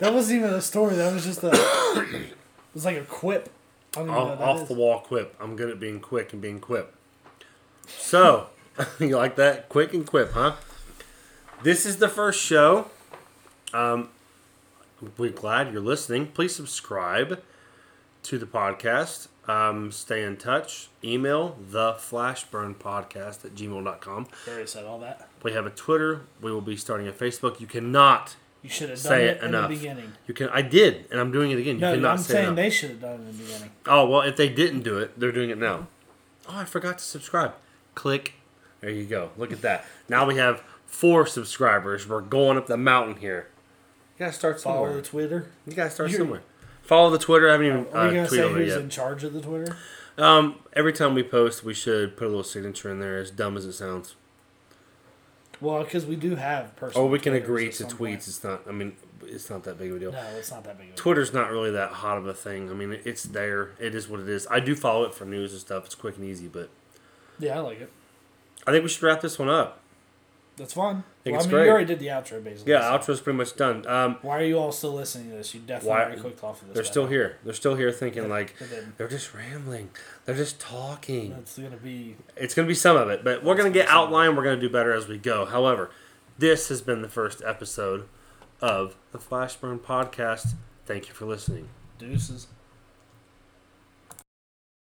S1: That wasn't even a story. That was just a. it was like a quip. I don't even know
S2: off,
S1: what that
S2: off
S1: is.
S2: the wall quip. I'm good at being quick and being quip. So, you like that? Quick and quip, huh? This is the first show. Um, we're glad you're listening. Please subscribe to the podcast. Um, stay in touch. Email the flashburnpodcast at gmail.com.
S1: I already said all that.
S2: We have a Twitter. We will be starting a Facebook. You cannot
S1: You should have done
S2: say
S1: it,
S2: it
S1: in the
S2: enough.
S1: beginning.
S2: You can. I did, and I'm doing it again. You
S1: No,
S2: cannot
S1: I'm
S2: say
S1: saying
S2: enough.
S1: they should have done it in the beginning.
S2: Oh well, if they didn't do it, they're doing it now. Oh, I forgot to subscribe. Click. There you go. Look at that. Now we have four subscribers. We're going up the mountain here. You gotta start
S1: Follow the
S2: somewhere.
S1: Twitter.
S2: You gotta start
S1: You're-
S2: somewhere. Follow the Twitter. I haven't even
S1: Are we gonna
S2: uh, tweeted
S1: say
S2: on it
S1: who's
S2: yet.
S1: in charge of the Twitter?
S2: um, every time we post, we should put a little signature in there. As dumb as it sounds,
S1: Well, because we do have personal.
S2: or Oh, we can
S1: Twitters
S2: agree
S1: at
S2: to
S1: some
S2: tweets.
S1: point.
S2: It's not. I mean, it's not that big of a deal.
S1: No, it's not that big of a
S2: Twitter's not really that hot of a thing. I mean, it's there. It is what it is. I do follow it for news and stuff. It's quick and easy, but
S1: Yeah, I like it.
S2: I think we should wrap this one up.
S1: That's fun.
S2: think
S1: well,
S2: it's
S1: I mean,
S2: great.
S1: you already did the outro, basically.
S2: Yeah,
S1: so-
S2: outro's pretty much done. Um,
S1: Why are you all still listening to this? You definitely
S2: Why-
S1: already clicked off of this.
S2: they're
S1: by
S2: still
S1: now.
S2: here. They're still here thinking like
S1: But then
S2: they're just rambling. They're just talking.
S1: that's gonna be
S2: It's gonna be some of it, but we're
S1: That's
S2: gonna get
S1: gonna be some of it.
S2: outlined. We're gonna do better as we go. However, this has been the first episode of the Flashburn Podcast. Thank you for listening.
S1: deuces.